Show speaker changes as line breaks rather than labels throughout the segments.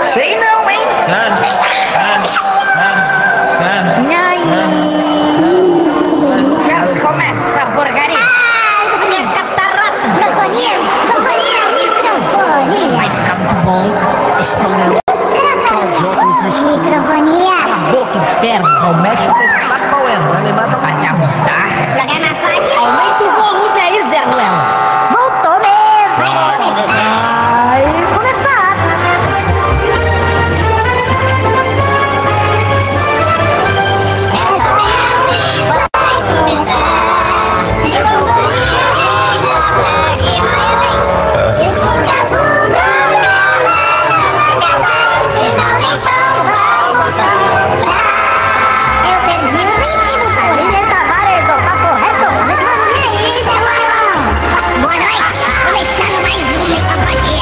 Sei não, hein?
Sabe? Sabe? Sabe? Sabe?
Já se começa essa porcaria. Vai ficar muito bom esse é programa. Boca um inferno, não mexe com esse papoelo. Vai levar pra te amontar. Aumenta o volume aí, Zé Ruela. Vai começar.
tá Boa noite! Começando mais um em companhia!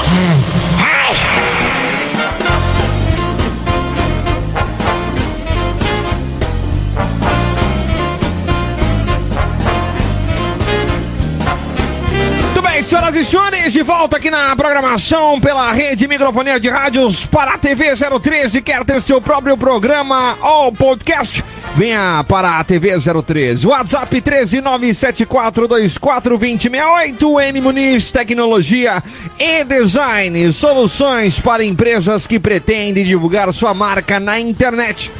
Muito bem, senhoras e senhores, de volta aqui na programação pela rede Microfonia de Rádios para a TV 013. Quer ter seu próprio programa ou podcast? Venha para a TV 013. WhatsApp 13974242068. M Muniz Tecnologia e Design. Soluções para empresas que pretendem divulgar sua marca na internet.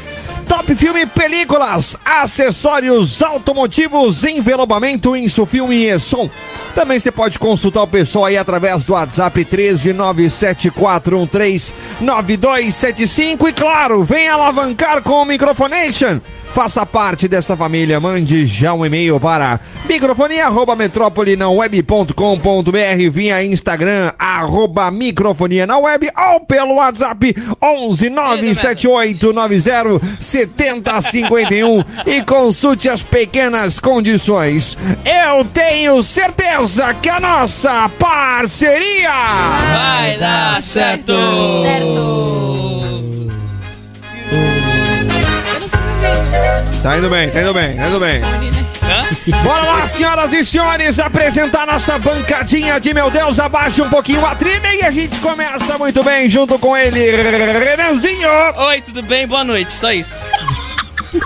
Top Filme Películas, acessórios automotivos, envelopamento, insufilme e som. Também você pode consultar o pessoal aí através do WhatsApp 13974139275 e claro, venha alavancar com o Microfonation. Faça parte dessa família, mande já um e-mail para microfonia@metropolinaweb.com.br via Instagram arroba microfonia na web ou pelo WhatsApp 11 97890 7051 e consulte as pequenas condições. Eu tenho certeza que a nossa parceria
Vai dar certo!
Tá indo bem, tá indo bem, tá indo bem. Bora lá, senhoras e senhores, apresentar nossa bancadinha de meu Deus, abaixa um pouquinho a trilha e a gente começa muito bem junto com ele, Renanzinho.
Oi, tudo bem? Boa noite, só isso.
O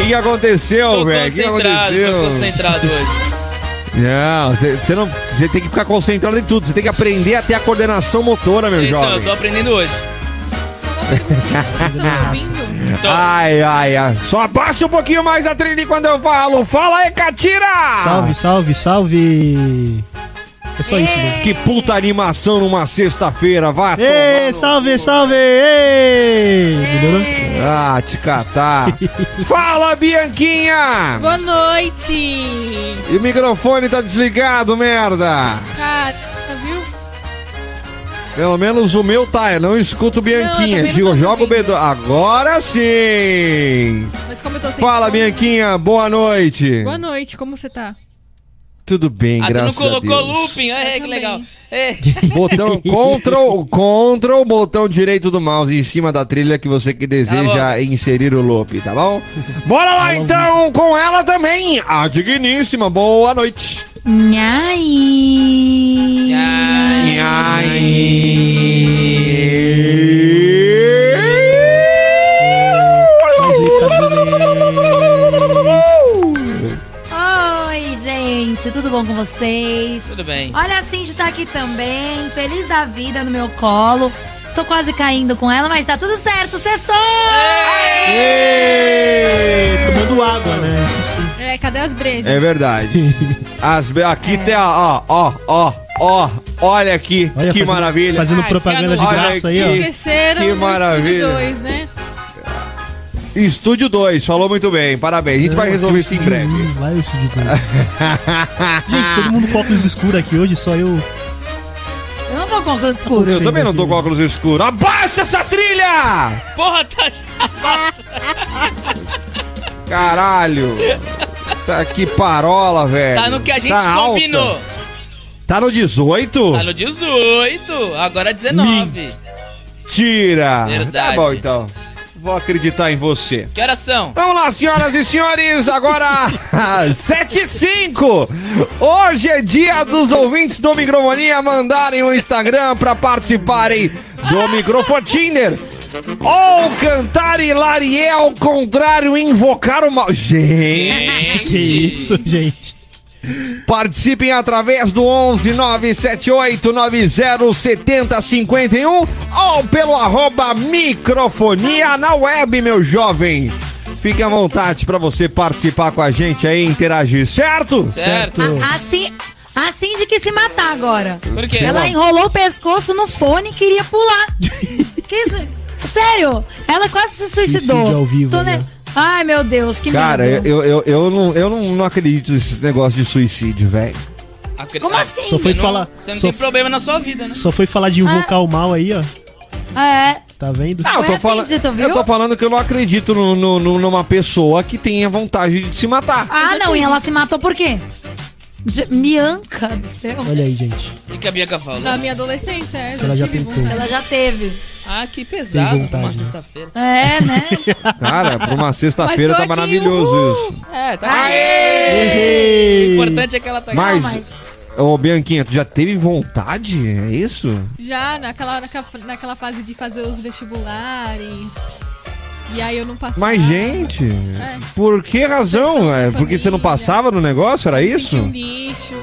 que, que aconteceu,
tô
velho? O que que
concentrado, tô
aconteceu?
concentrado hoje.
Não, você não, você tem que ficar concentrado em tudo, você tem que aprender até a coordenação motora, meu
Então, eu
jovem.
tô aprendendo hoje. Tô. Ah,
Ai, ai, ai. Só abaixa um pouquinho mais a trilha quando eu falo. Fala aí, Catira!
Salve, salve, salve! É só isso, né?
Que puta animação numa sexta-feira, vai tomar
Ei,
no-
salve, salve! Ei! Melhorou?
Ah, te catar. Fala, Bianquinha!
Boa noite!
E o microfone tá desligado, merda!
Cara, tá viu?
Pelo menos o meu tá, eu não escuto Bianquinha.
Não, eu também
Digo,
não tô
joga o B2.
ouvindo.
Agora sim!
Mas como eu tô sem
Fala,
som-
Bianquinha, boa noite!
Boa noite, como você tá?
Tudo bem,
Ah, tu não
graças a
colocou
Deus.
looping? É,
Eu
que
também.
legal. É.
Botão Ctrl, Ctrl, botão direito do mouse em cima da trilha que você que
Tá
deseja inserir o loop, tá bom? Bora lá então com ela também, a digníssima. Boa noite.
Nhaí!
Ai,
Oi, gente, tudo bom com vocês?
Tudo bem.
Ah.
Olha, a Cindy tá aqui também, feliz da vida no meu colo. Tô quase caindo com ela, mas tá tudo certo, sextou!
Ei!
Tomando água, né? Isso sim.
É, cadê as brejas?
É verdade. As, be- aqui tem a. Ó, ó, ó, ó. Olha aqui,
Olha,
que
fazendo-
maravilha.
Fazendo
Ai,
propaganda de
cara,
olha
graça aí,
aqui.
ó.
Esqueceram
Que
do
maravilha.
Estúdio dois, né?
Estúdio 2, falou muito bem, parabéns. A gente vai resolver isso em breve.
Lá eu te digo isso. Gente, todo mundo com óculos escuros aqui hoje, só eu.
Eu não tô com óculos escuros.
Eu também não tô com óculos escuros. Abaixa essa trilha!
Porra, tá.
Caralho! Tá que parola, velho.
Tá no que a gente
Tá alta.
combinou.
Tá no 18?
Tá no 18, agora é 19.
Tira!
Verdade.
Tá bom então. Vou acreditar em você.
Que horas são?
Vamos lá, senhoras e senhores, agora 7 e 5. Hoje é dia dos ouvintes do Microfonia mandarem o Instagram para participarem do Microfone Tinder. Ou cantar Hilariel ao contrário, invocar o mal. Gente!
Que isso, gente.
Participem através do 11 978 90 70 51 ou pelo arroba microfonia na web, meu jovem. Fique à vontade para você participar com a gente aí, interagir, certo?
Certo.
A- Assim, assim de que se matar agora.
Por quê?
Ela enrolou o pescoço no fone e queria pular. Que isso- Sério, ela quase se suicidou.
Suicídio ao vivo,
Tô ne-
né?
Ai, meu Deus, que
Cara,
medo.
eu, eu, eu, não, eu não, não acredito nesses negócios de suicídio, velho.
Acre-
Como
Ah,
assim?
Só foi
você não-
falar.
Você não
Só,
tem problema na sua vida, né?
só foi falar de invocar o mal aí, ó.
É,
Tá vendo?
Não, eu
Foi
tô,
assim
falando,
dito, viu?
eu tô falando que eu não acredito no- no- no- numa pessoa que tenha vontade de se matar.
Ah, não,
assim-
e ela se matou por quê? Je- Bianca do céu.
Olha aí, gente.
O que que a Bianca falou?
Na minha adolescência, é.
Ela já
tive
tentou.
vontade.
Ela já teve.
Ah, que pesado.
vontade,
uma
né?
sexta-feira.
É, né?
Cara, pra uma
Mas
sexta-feira
tô
tá
aqui,
maravilhoso
uhul!
isso.
É, tá. O
Errei!
importante é que ela tá aqui.
Mas,
mas-
ô Bianquinha, tu já teve vontade? É isso?
Já naquela, naquela, naquela fase de fazer os vestibulares. E aí eu não passava.
Mas, gente,
É.
por que razão?
Pressão
É,
da
porque você não
família.
passava no negócio? Era isso?
Senti um lixo.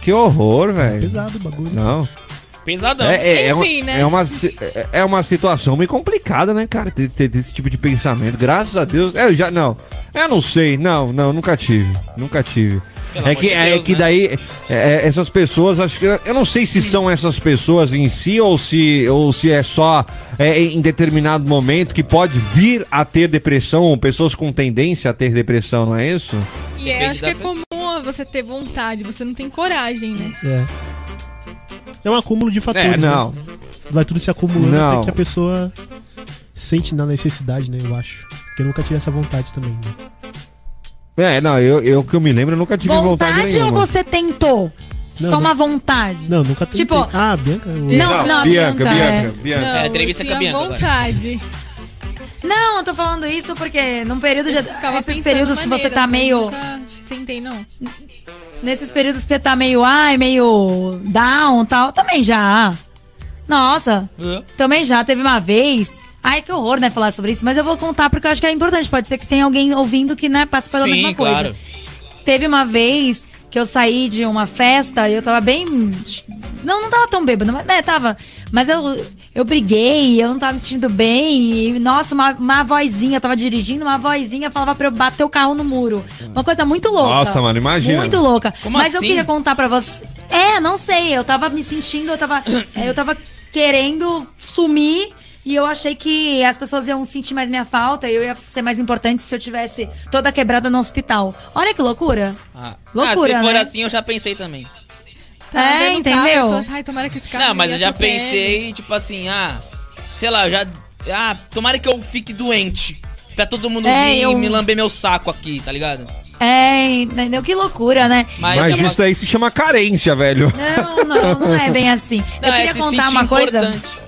Que horror, velho.
Pesado o bagulho.
Não.
Pesadão.
É, é, é,
Enfim,
uma,
né?
é, uma, si- é- é uma situação meio complicada, né, cara? Ter, ter- ter esse tipo de pensamento. Graças a Deus. É, Eu já. Não. Eu não sei. Não, não, nunca tive. Nunca tive.
Pelo
é
amor
que,
de
é
Deus,
que
né?
daí. é, é, essas pessoas, acho que. Eu não sei se são essas pessoas em si ou se, ou se é só é, em determinado momento que pode vir a ter depressão, pessoas com tendência a ter depressão, não é isso?
E
Depende
eu acho que
da
é
pessoa.
comum você ter vontade, você não tem coragem, né?
É. É um acúmulo de fatores.
É, não.
Né? Vai tudo se acumulando
Não.
até que a pessoa sente na necessidade, né? Eu acho. Porque eu nunca tive essa vontade também. Né?
É, não, eu, eu que eu me lembro, eu nunca tive vontade,
vontade ou
nenhuma.
você tentou?
Não,
Só
não.
uma vontade.
Não, nunca tentei.
Tipo-
Ah, Bianca. eu-
Não. a Bianca,
Bianca, Bianca.
Não,
É, entrevista
eu
com a
tinha
Bianca agora.
vontade.
Não, eu tô falando isso porque num período de.
Ficava
Nesses
pensando
períodos que você
maneira,
tá
mas
meio.
Nunca tentei, não.
Nesses períodos que você tá meio, ai, meio down e tal, também já. Nossa,
Hã?
também já teve uma vez. Ai, que horror, né, falar sobre isso, mas eu vou contar porque eu acho que é importante. Pode ser que tenha alguém ouvindo que, né, passa pela
Sim,
mesma coisa.
claro.
Teve uma vez que eu saí de uma festa e eu tava bem. Não, não tava tão bêbada, mas né, tava. Mas eu, eu briguei, eu não tava me sentindo bem. E, nossa, uma, uma vozinha, eu tava dirigindo, uma vozinha falava pra eu bater o carro no muro. Uma coisa muito louca.
Nossa, mano, imagina.
Muito louca.
Como
mas eu
assim?
queria contar pra você. É, não sei, eu tava me sentindo, eu tava. é, Eu tava querendo sumir. E eu achei que as pessoas iam sentir mais minha falta e eu ia ser mais importante se eu tivesse toda quebrada no hospital. Olha que loucura.
Ah,
Loucura,
ah, se for
né?
assim, eu já pensei também.
Tava
É,
vendo o carro,
entendeu?
eu falava, Ai, tomara que esse carro
não, mas
me
eu já
atropele."
pensei, tipo assim, ah, sei lá, eu já. Ah, tomara que eu fique doente. Pra todo mundo
É,
vir e
eu-
me lamber meu saco aqui, tá ligado?
É, entendeu? Que loucura, né?
Mas
é uma-
isso aí se chama carência, velho.
Não, não, não é bem assim.
Não,
eu
é
queria
se
contar
sentir
uma coisa.
importante.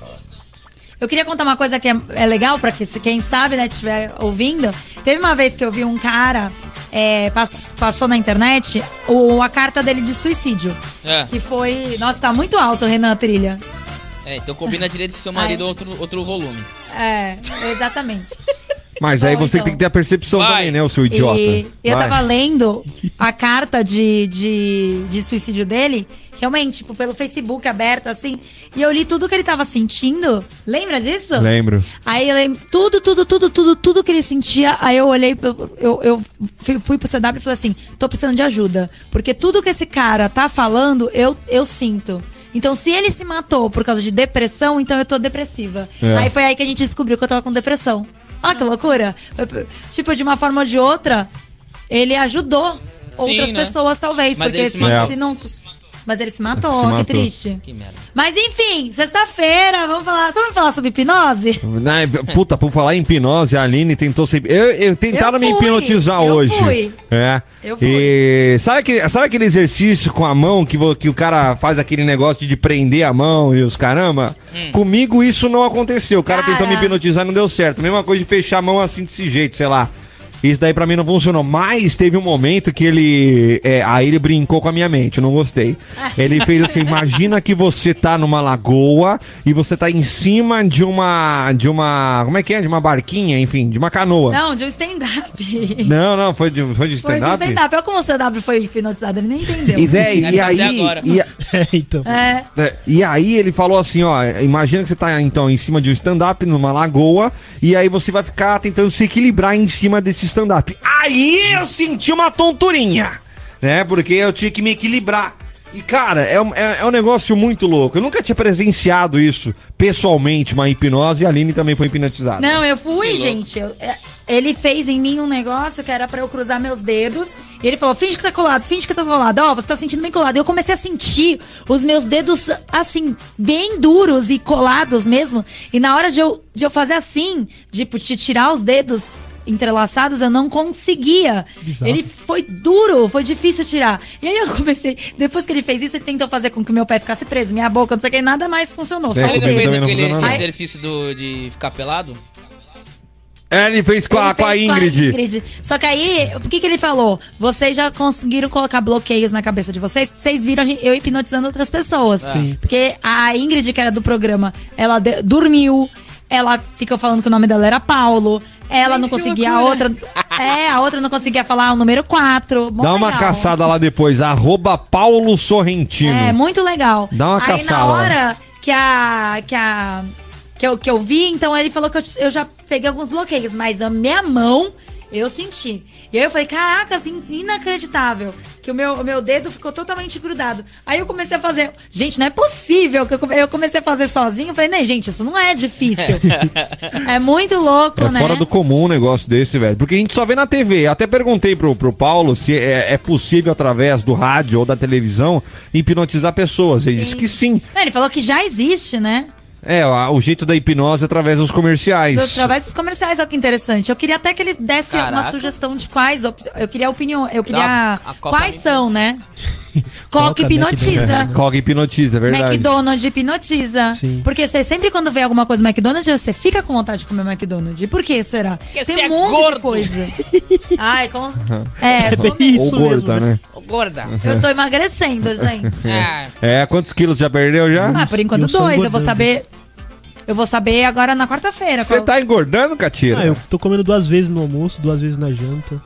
Eu queria contar uma coisa que é, é legal pra que, se- quem sabe, né, estiver ouvindo. Teve uma vez que eu vi um cara, é, pass- passou na internet, o, a carta dele de suicídio.
É.
Que foi. Nossa, tá muito alto, Renan a Trilha.
É, então combina direito com seu marido outro, outro volume.
É, exatamente.
Mas aí
Então,
você
então.
tem que ter a percepção
Vai.
também, né, o seu idiota.
E eu
Vai.
tava lendo a carta de, de, de suicídio dele, realmente, tipo, pelo Facebook aberto, assim. E eu li tudo que ele tava sentindo. Lembra disso?
Lembro.
Aí eu lembro, tudo, tudo, tudo, tudo, tudo que ele sentia. Aí eu olhei, eu, eu, eu fui, fui pro CW e falei assim: tô precisando de ajuda. Porque tudo que esse cara tá falando, eu, eu sinto. Então, se ele se matou por causa de depressão, então eu tô depressiva.
É.
Aí foi aí que a gente descobriu que eu tava com depressão. Olha que loucura. Eu- tipo, de uma forma ou de outra, ele ajudou outras
né?
pessoas, talvez.
Mas
porque
ele
se,
se
matou.
se não. Mas ele se matou,
Se
que
matou.
triste.
Que merda.
Mas enfim, sexta-feira, vamos falar. Só vamos falar sobre hipnose?
Na- Né, puta, por falar em hipnose, a Aline tentou se. Eu, eu- tentaram
Eu
me
fui,
hipnotizar
eu
hoje.
fui.
É.
Eu fui.
E sabe aquele, sabe aquele exercício com a mão que, vo- que o cara faz aquele negócio de prender a mão e os caramba? Comigo isso não aconteceu. O cara,
Cara.
tentou me hipnotizar e não deu certo. Mesma coisa de fechar a mão assim desse jeito, sei lá. Isso daí pra mim não funcionou. Mas teve um momento que ele. é, aí ele brincou com a minha mente, eu não gostei. Ele fez assim: imagina que você tá numa lagoa e você tá em cima de uma. de uma. Como é que é? De uma barquinha, enfim, de uma canoa. Não,
Não, de um stand-up.
não, foi de, foi de
Foi de
stand-up.
stand-up. Olha como o stand-up foi hipnotizado, ele nem entendeu.
E, véi, e
Até
aí.
agora.
E, a-
É, então.
É.
é, E aí ele falou assim, ó, imagina que você tá então em cima de um stand-up numa lagoa e aí você vai ficar tentando se equilibrar em cima desse stand-up. Aí eu senti uma tonturinha, né? Porque eu tinha que me equilibrar. E cara, é, um- é- é um negócio muito louco. Eu nunca tinha presenciado isso pessoalmente, uma hipnose e a Aline também foi hipnotizada.
Não, eu fui, gente. eu- é, ele fez em mim um negócio que era pra eu cruzar meus dedos. E ele falou: finge que tá colado, finge que tá colado. Ó, você tá sentindo bem colado. Eu comecei a sentir os meus dedos, assim, bem duros e colados mesmo. E na hora de eu, de eu fazer assim, tipo, de tirar os dedos entrelaçados, eu não conseguia.
Bizarro.
Ele foi duro, foi difícil tirar. E aí eu comecei. Depois que ele fez isso, ele tentou fazer com que o meu pé ficasse preso, minha boca, não sei o que, nada mais funcionou.
É,
só
Ele não
o
comigo
fez
dedo.
também não
aquele
funciona, não.
exercício do, de ficar pelado?
É, Ele fez com, a,
Ele
com a
fez
Ingrid.
Só que aí, o que, que ele falou? Vocês já conseguiram colocar bloqueios na cabeça de vocês? Vocês viram a gente- eu hipnotizando outras pessoas.
É.
Porque a Ingrid, que era do programa, ela de- dormiu. Ela ficou falando que o nome dela era Paulo. Ela
Gente,
não
que
conseguia, a
loucura.
outra. É, a outra não conseguia falar o número 4.
Dá uma caçada lá depois, arroba Paulo Sorrentino.
É, muito legal.
Dá uma
Aí
caçada.
na hora que a. que a. que eu, que eu vi, então ele falou que eu, eu já peguei alguns bloqueios, mas a minha mão eu senti. E aí eu falei, caraca, assim, inacreditável. Que o meu, o meu dedo ficou totalmente grudado. Aí eu comecei a fazer. Gente, não é possível que eu, come- eu comecei a fazer sozinho. Eu falei, né, gente, isso não é difícil. é muito louco,
É
né?
fora do comum um negócio desse, velho. Porque a gente só vê na TV. Até perguntei pro, pro Paulo se é, é possível, através do rádio ou da televisão, hipnotizar pessoas. Ele disse que sim.
Não, ele falou que já existe, né?
É, a- o jeito da hipnose é através dos comerciais.
Através dos comerciais, olha que interessante. Eu queria até que ele desse
Caraca.
uma sugestão de quais. op- Eu queria opinião. Eu queria.
a Coca
quais
me-
são, né? Coca hipnotiza.
Coca hipnotiza, é verdade.
McDonald's hipnotiza.
Sim.
Porque você sempre, quando vê alguma coisa no McDonald's, você fica com vontade de comer McDonald's. E por que será?
Porque
Tem
você é
um monte
gordo.
de coisa. Ai, como. É, como-
Ou gorda, né?
Ô, gorda.
eu tô emagrecendo, gente.
Ah,
É, quantos quilos já perdeu já?
Ah, por enquanto,
Eu sou
dois. Eu vou
engordando.
saber. Eu vou saber agora na quarta-feira.
Você
qual-
tá engordando, Catira?
Ah, eu tô comendo duas vezes no almoço, duas vezes na janta.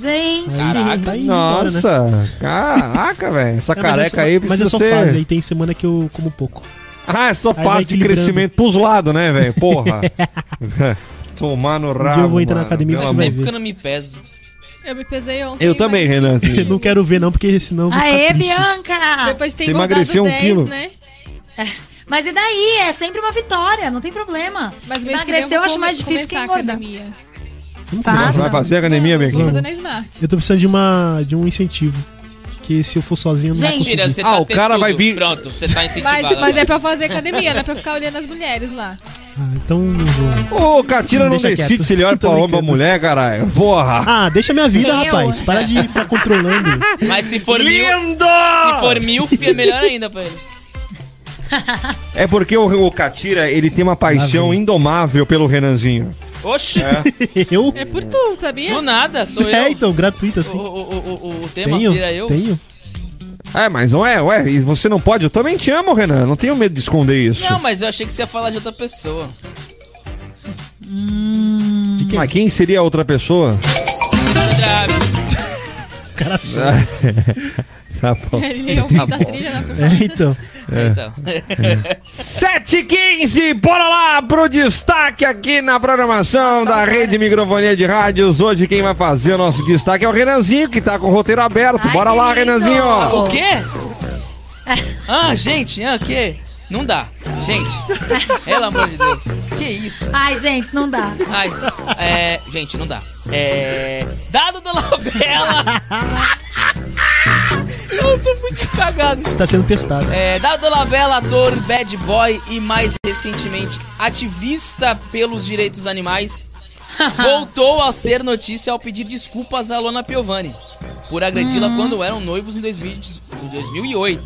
Gente.
Tá indo embora, né?
Nossa, caraca, velho. Essa
Não, mas é
careca
só-
aí
Mas
precisa
é só
ser.
fase, aí tem semana que eu como pouco.
Ah, é só
vai
fase de
equilibrando.
crescimento pros lados, né, velho? Porra. Tomar no rabo.
Um eu vou entrar na
mano.
academia
Pelo
pra
faz
você
amor-
ver.
tempo que eu não me peso.
Eu me pesei ontem.
Eu também,
mas
Renan. assim.
Eu não quero ver, não, porque senão. eu vou ficar
Aê,
triste.
Bianca!
Depois de ter
Você
engordado
emagreceu um
10,
quilo?
né?
Mas e daí? É sempre uma vitória, não tem problema.
Mas mês que vem
Emagrecer eu
vou
acho
come-
mais difícil que
começar a
engordar.
academia.
Você
Faça.
vai fazer academia, minha
Vou fazer
querida?
na Smart.
Eu tô precisando de, uma, de um incentivo. Que se eu for sozinho, eu não
Gente,
vou
Mentira,
conseguir.
você
Ah,
tá
o
tendo
cara vai
tudo.
vir-
Pronto, você tá incentivado.
Mas, mas
agora.
é pra fazer academia, não é pra ficar olhando as mulheres lá.
Ah, então não vou.
Ô, Catira não
Deixa
decide
quieto.
se ele olha pra
Tô
homem ou
brincando.
mulher, caralho. Porra.
Ah, deixa minha vida,
Eu?
rapaz. Para de ficar controlando.
Mas se for mil...
Lindo!
Se for mil, fi, é melhor ainda pra ele.
É porque o, o Catira, ele tem uma paixão indomável pelo Renanzinho.
Oxi,
Eu?
É por tu, sabia?
do nada, sou eu.
É, então, gratuito
O,
assim.
o, o, o, o tema
Tenho?
vira eu.
Tenho?
É, mas não é, ué, e você não pode? Eu também te amo, Renan. Não tenho medo de esconder isso.
Não, mas eu achei que você ia falar de outra pessoa.
De quem?
Mas quem seria a outra pessoa?
Já-
Cara,
Tá bom.
Ele é o fim da trilha na
é, então.
Então.
7h15, bora lá pro destaque aqui na programação da Rede Microfonia de Rádios. Hoje quem vai fazer o nosso destaque é o Renanzinho, que tá com o roteiro aberto.
Ai,
bora lá,
que lindo!
Renanzinho!
O quê? Ah, gente, ah, o quê? Não dá. Gente, pelo amor de Deus. Que isso?
Ai, gente, não dá.
Ai, é. Gente, não dá. É. Dado da Labela! Eu tô muito cagado.
Você tá sendo testado.
É, Dado Dolabella, ator, bad boy e mais recentemente ativista pelos direitos animais, voltou a ser notícia ao pedir desculpas a Lona Piovani por agredi-la quando eram noivos em 2018 em 2008.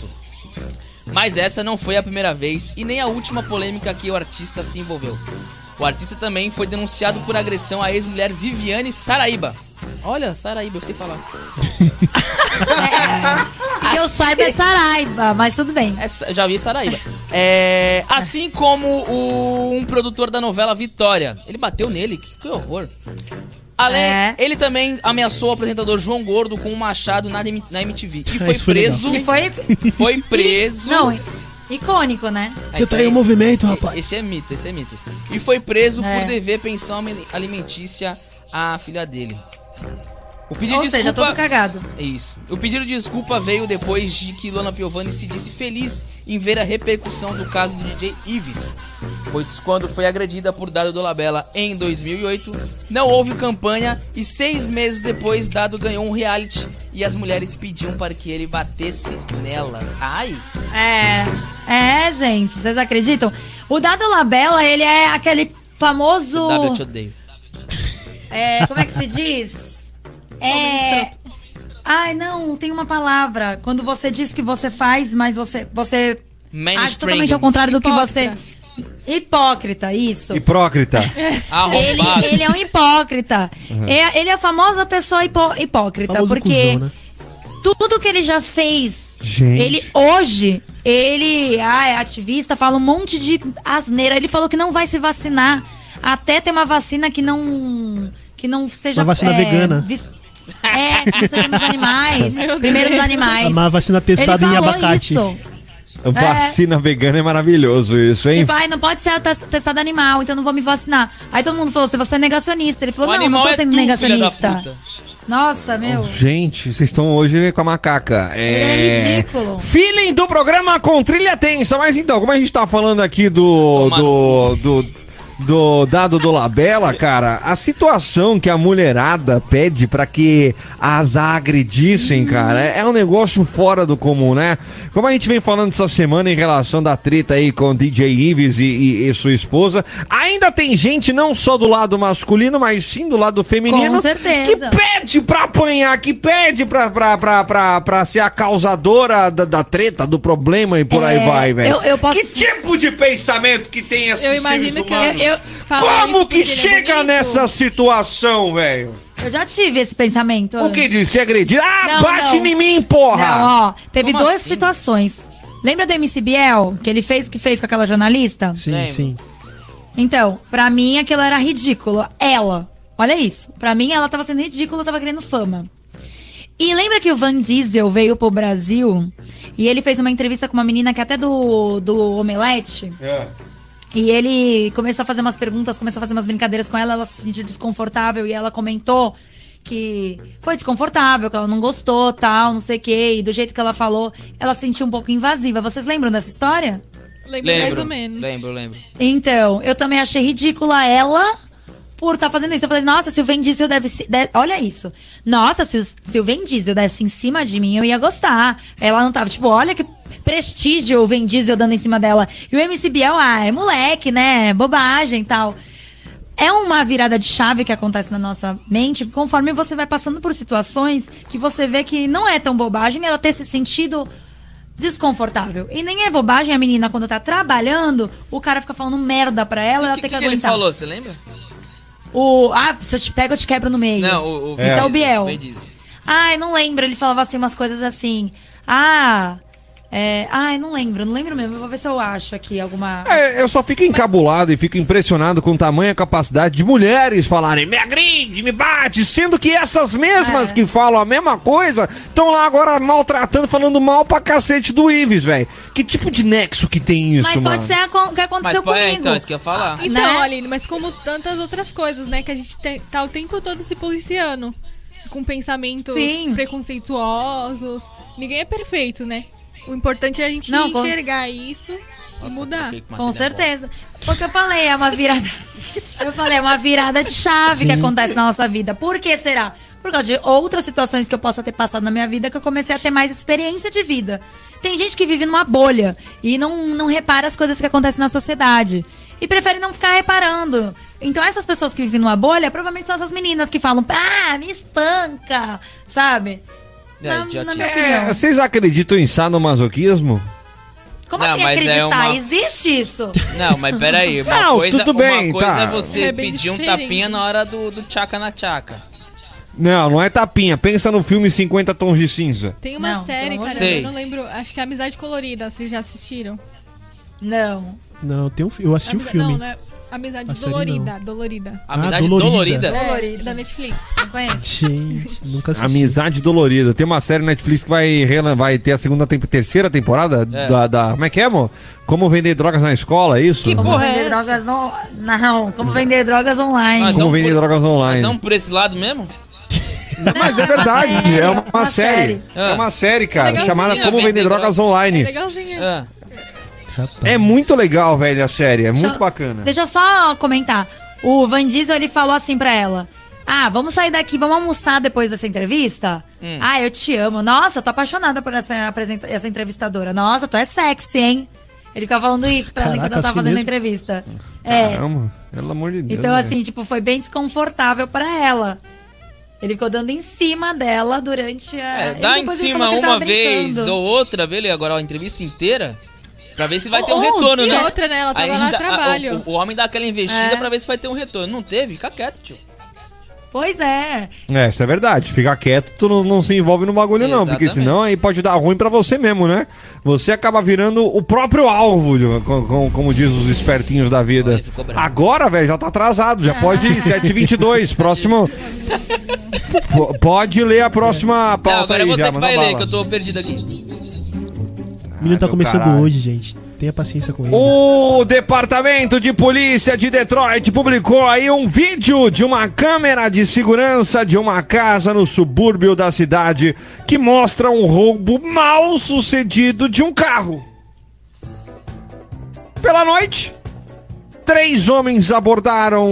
Mas essa não foi a primeira vez e nem a última polêmica que o artista se envolveu. O artista também foi denunciado por agressão à ex-mulher Viviane Saraíba. Olha, Saraíba, eu sei falar.
Que eu saiba é Saraiva, mas tudo bem.
É, sa- já vi Saraíba. É, assim como o- um produtor da novela Vitória. Ele bateu nele, que, que horror. Além,
É.
ele também ameaçou o apresentador João Gordo com um machado na, M- na MTV. E foi,
É, Isso foi legal.
preso.
E foi.
Foi preso.
Não, icônico, né?
É isso aí.
movimento,
Esse é mito, esse é mito. E foi preso
É.
por dever pensão amel- alimentícia à filha dele. O pedido
Ou
de
seja,
desculpa...
todo cagado.
É Isso. O pedido de desculpa veio depois de que Lona Piovani se disse feliz em ver a repercussão do caso do DJ Ives, pois quando foi agredida por Dado Dolabella em 2008, não houve campanha e seis meses depois Dado ganhou um reality e as mulheres pediam para que ele batesse nelas. Ai,
É. É, gente, vocês acreditam? O Dado Labella, ele é aquele famoso.
W, eu te odeio.
É, como é que se diz? É. Ai, não, tem uma palavra. Quando você diz que você faz, mas você. você age totalmente ao contrário do que você.
Hipócrita.
Hipócrita, isso.
Hipócrita.
É. Ele,
Arrombado.
ele é um hipócrita. É, ele é a famosa pessoa hipó- hipócrita,
Uhum. Famoso
porque
cuzão, né?
tudo que ele já fez,
Gente.
ele hoje, ele ah, é ativista, fala um monte de asneira. Ele falou que não vai se vacinar até ter uma vacina que não que não seja
Uma vacina
é,
vegana.
vis- É, que não seja nos animais, primeiro nos animais.
Uma vacina testada
ele
em
falou
abacate.
Isso.
Vacina vegana é maravilhoso isso, hein?
Tipo, ai, não pode ser tes- testado animal, então não vou me vacinar. Aí todo mundo falou, "Se você é negacionista. Ele
O
falou, não, não
animal
tô
é
sendo
tu, filha da
negacionista.
puta.
Nossa, meu.
Gente, vocês estão hoje com a macaca. É,
É ridículo.
Feeling do programa com trilha tensa. Mas então, como a gente tá falando aqui do.
Tomar
Do, do, do dado do Labela, cara, a situação que a mulherada pede pra que as agredissem, cara, é é um negócio fora do comum, né? Como a gente vem falando essa semana em relação da treta aí com o DJ Ives e, e- e sua esposa, ainda tem gente não só do lado masculino, mas sim do lado feminino
Com certeza.
que pede pra apanhar, que pede pra, pra, pra, pra, pra ser a causadora da, da treta, do problema e por
É,
aí vai, velho.
eu- eu posso-
Que tipo de pensamento que tem esses
Eu imagino
seres
que eu,
humanos?
eu falo
Como
isso
que
porque ele é
chega
bonito.
nessa situação, velho?
Eu já tive esse pensamento.
O que diz? Se agredir? Ah,
Não,
bate
não.
em mim, porra!
Não, ó, teve
Como
duas
assim?
situações. Lembra do MC Biel, que ele fez o que fez com aquela jornalista?
Sim,
Lembro.
sim.
Então, pra mim aquilo era ridículo. Ela, olha isso. Pra mim ela tava sendo ridícula, tava querendo fama. E lembra que o Van Diesel veio pro Brasil e ele fez uma entrevista com uma menina que é até do, do Omelete?
É.
E ele começou a fazer umas perguntas, começou a fazer umas brincadeiras com ela, ela se sentiu desconfortável e ela comentou que foi desconfortável, que ela não gostou, tal, não sei o quê, e do jeito que ela falou, ela se sentiu um pouco invasiva. Vocês lembram dessa história?
Lembro, é mais
Lembro,
ou menos.
lembro, lembro.
Então, eu também achei ridícula ela por estar fazendo isso. Eu falei, nossa, se o Vin Diesel deve se. de- Olha isso. Nossa, se, os- se o Vin Diesel desse em cima de mim, eu ia gostar. Ela não tava, tipo, olha que prestígio o Vin Diesel dando em cima dela. E o MC Biel, ah, é moleque, né? Bobagem e tal. É uma virada de chave que acontece na nossa mente conforme você vai passando por situações que você vê que não é tão bobagem ela ter se sentido desconfortável. E nem é bobagem a menina quando tá trabalhando, o cara fica falando merda pra ela, ela
o que,
tem que,
que, que ele
aguentar.
falou, você lembra?
O, ah, se eu te pego, eu te quebro no meio.
Não, o, o
Isso é o Biel.
Vin Diesel.
Ai, não lembro. Ele falava assim umas coisas assim. Ah. É, ai, não lembro, não lembro mesmo. Eu Vou ver se eu acho aqui alguma.
É, eu só fico encabulado e fico impressionado com tamanha capacidade de mulheres falarem me agride, me bate, sendo que essas mesmas
É.
que falam a mesma coisa estão lá agora maltratando, falando mal pra cacete do Ives, velho. Que tipo de nexo que tem isso,
Mas
mano?
pode ser a co- o que
Mas,
aconteceu
pô, é,
comigo.
então, isso que eu ia falar.
Ah,
Então,
né?
Aline, mas como tantas outras coisas, né? Que a gente te- tá o tempo todo se policiando. Com pensamentos
Sim.
preconceituosos. Ninguém é perfeito, né? O importante é a gente
Não, com-
enxergar isso e
Nossa,
mudar.
fiquei com uma
Com
trilha bosta.
certeza. Porque eu falei, é uma virada. Eu falei, é uma virada de chave que acontece na nossa vida. Por que será? por causa de outras situações que eu possa ter passado na minha vida, que eu comecei a ter mais experiência de vida. Tem gente que vive numa bolha e não, não repara as coisas que acontecem na sociedade. E prefere não ficar reparando. Então essas pessoas que vivem numa bolha, provavelmente são essas meninas que falam, ah, me espanca, sabe?
É,
Na-
idiotice.
na minha
É, vocês acreditam em sadomasoquismo?
Como
Não,
assim
mas é
acreditar?
uma-
Existe isso?
Não, mas peraí, uma
Não,
coisa,
tudo bem,
uma coisa
tá.
é você
É bem
pedir um
diferente.
tapinha na hora do, do tchaca na tchaca.
Não, não é tapinha. Pensa no filme 50 Tons de Cinza.
Tem uma
Não,
série,
pelo amor
cara,
de
Deus.
eu não lembro. Acho que é Amizade Colorida, vocês já assistiram?
Não.
Não, tem um, fi- eu assisti o
Amiza-
filme.
né?
Não, não é. Amizade
A série não.
Dolorida, Dolorida.
Ah,
Amizade
dolorida.
dolorida.
É,
Dolorida.
da Netflix.
Não conheço.
Gente, nunca assisti.
Amizade Dolorida. Tem uma série Netflix que vai, relan- vai ter a segunda, tempo, terceira temporada
É.
da, da- Como é que é, amor? Como vender drogas na escola, é isso?
Que
Como,
Como
Porra, é
vender
essa?
drogas no... Não, como vender drogas online.
Mas-
vender
Não, por-
drogas
Mas é um
online.
vamos por esse lado mesmo?
Mas é
Não, é uma
verdade,
série,
é uma,
uma
série.
série.
É
Ah.
uma série, cara,
Legalzinho,
chamada Como
vender
Vender Drogas
É
Online.
legalzinho.
Ah,
Rapaz.
É muito legal, velho, a série. É muito
Só-
bacana.
Deixa eu só comentar. O Van Diesel, ele falou assim pra ela. Ah, vamos sair daqui, vamos almoçar depois dessa entrevista?
Hum.
Ah, eu te amo. Nossa, tô apaixonada por essa, apresenta- essa entrevistadora. Nossa, tu é sexy, hein? Ele ficava falando isso pra ela
Caraca,
enquanto ela tava
assim
fazendo a
mesmo?
entrevista. É.
Caramba, pelo amor de Deus.
Então,
velho.
assim, tipo, foi bem desconfortável pra ela. Ele ficou dando em cima dela durante a.
é,
E
dá em
depois ele
cima
falou que ele
uma
tava
vez
brincando.
ou outra, vê ele agora a entrevista inteira, pra ver se vai ter um
Ou-
retorno,
e
né?
outra, né? Ela
Aí
tava
a gente
lá
dá-
a trabalho.
o, o homem dá aquela investida
É.
pra ver se vai ter um retorno. Não teve? Fica quieto, tio.
Pois é.
É, isso é verdade. Ficar quieto, tu não, não se envolve no bagulho, não. Porque
Exatamente.
senão aí pode dar ruim pra você mesmo, né? Você acaba virando o próprio alvo, de- com- com- como diz os espertinhos da vida.
Olha, ficou bravo. Ah.
Agora, velho, já tá atrasado. Já pode ir 7h22. Próximo. P- pode ler a próxima pauta
Não, agora
tá aí,
é você
já,
que
manda
vai
bala.
ler, que eu tô perdido aqui.
O menino tá
do
começando
caralho.
hoje, gente. Tenha paciência com ele.
O Departamento de Polícia de Detroit publicou aí um vídeo de uma câmera de segurança de uma casa no subúrbio da cidade que mostra um roubo mal sucedido de um carro. Pela noite, três homens abordaram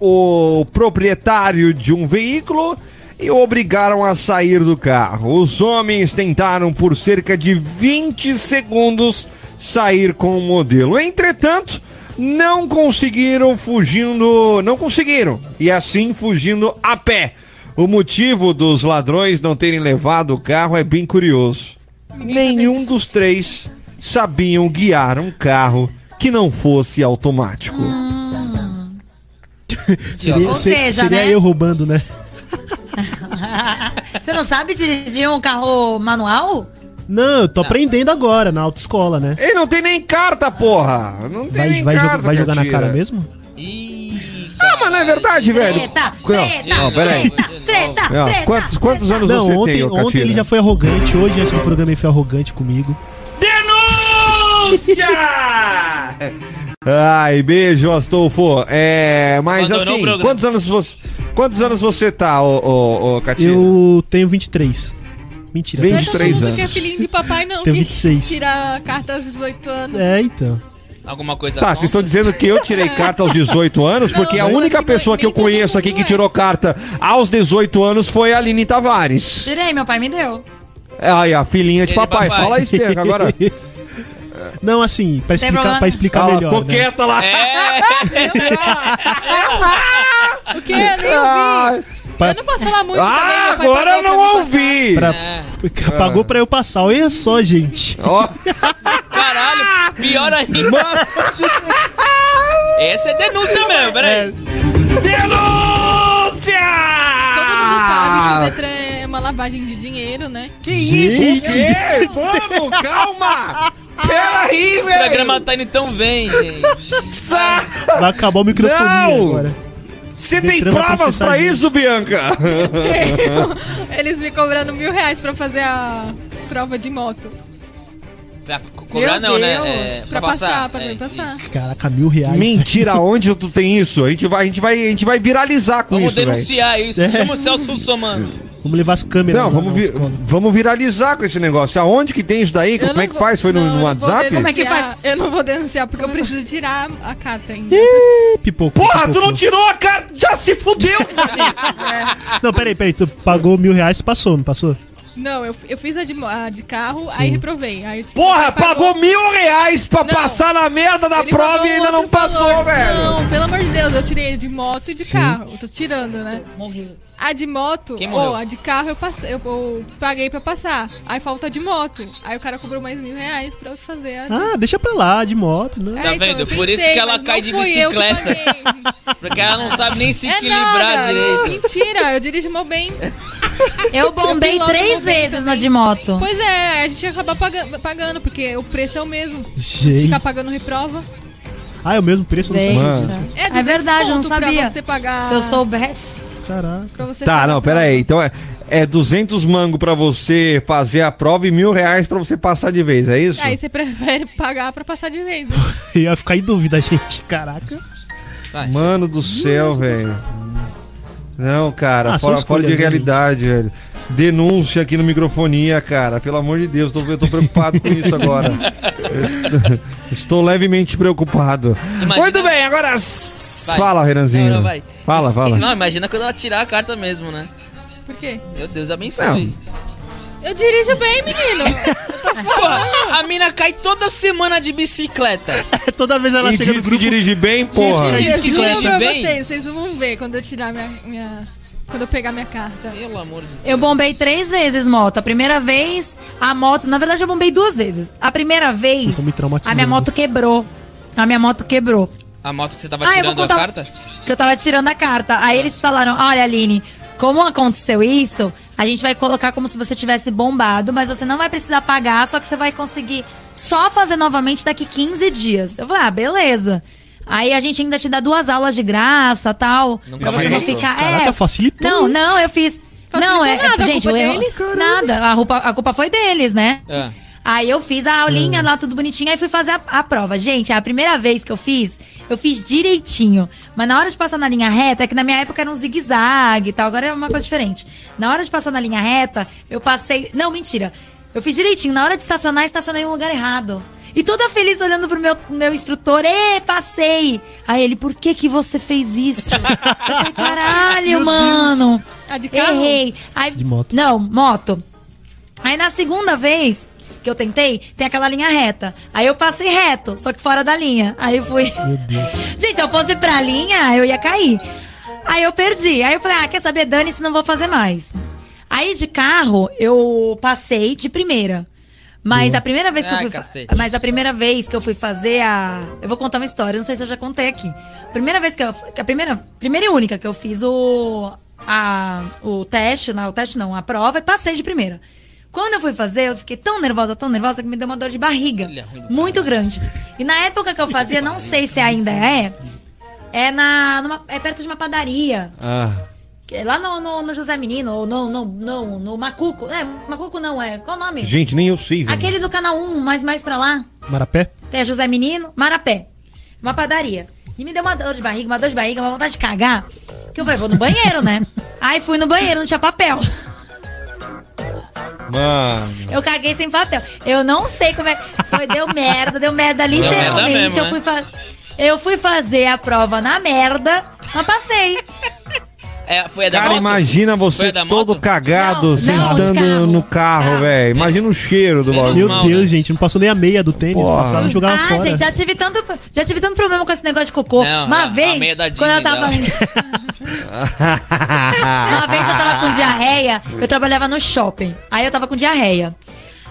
o proprietário de um veículo e o obrigaram a sair do carro. Os homens tentaram por cerca de 20 segundos sair com o modelo. Entretanto, não conseguiram fugindo, não conseguiram. E assim fugindo a pé. O motivo dos ladrões não terem levado o carro é bem curioso. Nenhum dos três sabiam guiar um carro que não fosse automático.
Hum.
Tio,
Seria-
Ou
se-
seja,
seria
né?
eu roubando, né?
Você não sabe dirigir um carro manual?
Não, eu tô aprendendo agora na autoescola, né?
Ele não tem nem carta, porra! Não tem
Vai,
nem
vai,
carta.
jogar, vai
que
jogar na
atira.
cara mesmo?
Ih,
Ah, mas não é verdade, velho.
Treta,
Não,
treta,
Não, peraí.
treta,
Não.
treta,
Não,
treta.
quantos, quantos anos
Não,
você
ontem,
tem, ô,
ontem
Catira?
ele já foi arrogante. Hoje, antes do programa, ele foi arrogante comigo.
Denúncia! Ai, beijo, Astolfo. É, mas
Abandonou o
assim,
programa.
quantos anos você, quantos anos você tá, ô, ô, ô Catira?
Eu tenho 23. Mentira.
Não é
23
todo mundo
anos.
que é filhinho de papai, não.
Tenho
que
26.
Tira a carta aos 18 anos.
É, então.
alguma coisa
Tá,
contra?
vocês estão dizendo que eu tirei carta aos 18 anos,
Não,
porque a
não,
única
não,
pessoa que eu
nem todo
conheço aqui
mundo
que
é.
tirou carta aos 18 anos foi a Aline Tavares.
Tirei, meu pai me deu.
Ai, a filhinha de
Ele é
papai.
papai.
Fala isso, Bianca, agora.
É. Tá Não, assim, pra explicar,
problema.
pra explicar
Ela
melhor.
ficou
né?
quieta lá.
É,
O quê? Eu nem ouvi. Tá
Ah,
Pa-
Eu não posso falar muito também.
ah,
meu pai
agora eu
pagou pra
não
me passar.
ouvi.
Pra-
É.
Pagou pra eu passar. Olha só, gente.
Ó,
caralho, pior ainda. Essa é denúncia mesmo, peraí.
denúncia!
Todo mundo
Ah!
sabe que o Detran é uma lavagem de dinheiro, né?
Que isso? É.
Gente.
Ei, Vamos, calma! Peraí,
O
velho!
programa tá indo tão bem, gente.
Sa-
Vai acabar o microfone
Não!
agora.
Você tem
Detran vai
provas
processar
pra
a gente.
isso, Bianca?
Eles me cobrando mil reais pra fazer a prova de moto.
Pra co- cobrar
Meu
não,
Deus,
né? É,
pra passar, pra
é,
passar.
isso.
Caraca, mil reais.
Mentira, onde tu tem isso? A gente vai, a gente vai, a gente vai viralizar com
Vamos
isso, velho. É.
denunciar isso. Chama o Celso Somano.
Vamos levar as câmeras.
né,
Não,
lá
vamos,
na
vi-
escola.
vamos viralizar com esse negócio. Aonde que tem isso daí?
Eu
Como
não
é que
vou-
faz? Foi no,
não,
no
eu não vou
WhatsApp?
Como é que
denunciar.
faz?
Eu não vou denunciar, porque
é
eu preciso tirar a carta ainda.
Ih, Pipocou.
Porra, tu
pipocou.
não tirou a cara! Já se fudeu!
Não, peraí, peraí. Tu pagou mil reais e passou, não passou?
Não, eu, eu fiz a de, mo- a de carro, aí reprovei. Aí eu tive-
Porra,
pagou-
pagou mil reais pra
Não.
passar na merda da
Ele
prova
pagou
e ainda
outro
não passou,
valor.
velho!
Não, pelo amor de Deus, eu tirei de moto e de carro. Eu tô tirando, né? A de moto,
Quem morreu?
ou a de carro eu, passei, eu, eu paguei pra passar. Aí falta a de moto. Aí o cara cobrou mais mil reais pra eu fazer a.
Ah, deixa pra lá, de moto, né?
É,
Tá vendo?
eu
Por isso
pensei,
que ela
mas
cai
não
de
fui eu que
bicicleta.
paguei.
Porque ela não sabe nem se
É
equilibrar
nada.
direito.
Mentira, eu dirijo mal bem.
Eu bombei
um piloto
três
bombei
vezes na de moto.
Pois é, a gente ia acabar paga- pagando, porque o preço é o mesmo.
Gente.
Ficar pagando reprova.
Ah, é o mesmo preço? eu
Gente,
não sabia.
Mano.
É, 200
é verdade, eu não
conto pra
sabia.
você pagar-
Se eu soubesse.
Caraca.
Pra você
Tá,
fazer
não,
a prova.
pera aí. Então é, é 200 mango pra você fazer a prova e mil reais pra você passar de vez, é isso?
Aí você prefere pagar pra passar de vez. né?
Eu ia ficar em dúvida, gente. Caraca.
Vai.
Mano do céu, velho. Não, cara,
Ah, são
fora, fora de
escolhas, né,
realidade, velho. Denúncia aqui no microfonia, cara. Pelo amor de Deus, tô- eu tô preocupado com isso agora. Eu est- Estou levemente preocupado.
Imagina-
Muito bem, agora. s- Fala, Renanzinho.
Não, não, vai.
Fala,
então-
fala.
Não, imagina quando ela tirar a carta mesmo, né?
Por quê?
Meu Deus, abençoe.
Eu dirijo bem, menino.
Pô, a mina cai toda semana de bicicleta.
É Toda vez ela
E
chega
diz que
no grupo.
dirige bem, porra.
dirige-
eu
Diz que
juro
dirige
pra
bem.
vocês, vocês vão ver quando eu tirar minha. minha- Quando eu pegar minha carta.
Pelo amor de Deus.
Eu bombei três vezes moto. A primeira vez, a moto. Na verdade, eu bombei duas vezes. A primeira
Vocês
vez,
estão me
a
traumatizando.
minha moto quebrou. A minha moto quebrou.
A moto que você tava
Ah, eu vou
tirando a
contar-
carta?
Que eu tava tirando a carta. Aí eles falaram: Olha, Aline, como aconteceu isso, a gente vai colocar como se você tivesse bombado, mas você não vai precisar pagar, só que você vai conseguir só fazer novamente daqui 15 dias. Eu falei: Ah, beleza. Aí a gente ainda te dá duas aulas de graça tal. pra você
facilitou.
não ficar.
Caraca,
É,
facilitou.
não, não, eu fiz. Não, é.
Então, nada, a
gente, eu
culpa
erro.
deles,
Nada. A culpa, a culpa foi deles, né?
É.
Aí eu fiz a
É.
aulinha lá, tudo bonitinho, aí fui fazer a, a prova. Gente, é a primeira vez que eu fiz, eu fiz direitinho. Mas na hora de passar na linha reta, é que na minha época era um zigue-zague e tal, agora é uma coisa diferente. Na hora de passar na linha reta, eu passei. Não, mentira. Eu fiz direitinho. Na hora de estacionar, estacionei em um lugar errado. E toda feliz olhando pro meu, meu instrutor, ê, passei! Aí ele, por que que você fez isso? Eu falei, caralho, mano!
A de carro?
Errei. Aí,
De moto.
Não, moto. Aí na segunda vez que eu tentei, tem aquela linha reta. Aí eu passei reto, só que fora da linha. Aí eu fui.
Meu Deus.
Gente, se eu fosse pra linha, eu ia cair. Aí eu perdi. Aí eu falei, ah, quer saber, dane-se, não vou fazer mais. Aí de carro, eu passei de primeira. Mas a primeira vez que eu
Ah,
fui. fa-
cacete.
Mas a primeira vez que eu fui fazer a. Eu vou contar uma história, não sei se eu já contei aqui. Primeira vez que eu. que A primeira, primeira e única que eu fiz o. A, o teste, não, o teste não, a prova e passei de primeira. Quando eu fui fazer, eu fiquei tão nervosa, tão nervosa, que me deu uma dor de barriga.
Olha, ruim do
Muito grande. E na época que eu fazia, não sei se ainda é, é na. numa- é perto de uma padaria.
Ah,
que é Lá no, no, no José Menino, ou no, no, no, no Macuco. É, Macuco não, é. Qual o nome?
gente, nem eu sei, velho.
Aquele do canal 1, mas mais pra lá.
Marapé?
Tem a José Menino, Marapé. Uma padaria. E me deu uma dor de barriga, uma dor de barriga, uma vontade de cagar. Que eu falei, vou no banheiro, né? Aí fui no banheiro, não tinha papel.
Mano.
Eu caguei sem papel. Eu não sei como é. Foi, deu merda, deu merda
merda
literalmente.
mesmo, né?
eu, fui fa- eu fui fazer a prova na merda, mas passei.
É, foi a da
Cara,
moto?
imagina
Foi
você
a da
todo
moto?
cagado,
Não, não,
sentando
de carro.
no carro,
Carro.
velho. Imagina o cheiro do
Menos
bagulho.
Meu
mal,
Deus,
né?
gente. Não passou nem a meia do tênis.
Porra.
Passaram e jogaram
ah,
fora.
gente, já tive, tanto, já tive tanto problema com esse negócio de cocô.
Não,
uma
a- a
vez,
meia da
quando eu
Disney,
tava.
Uma
Uma vez eu tava com diarreia, eu trabalhava no shopping. Aí eu tava com diarreia.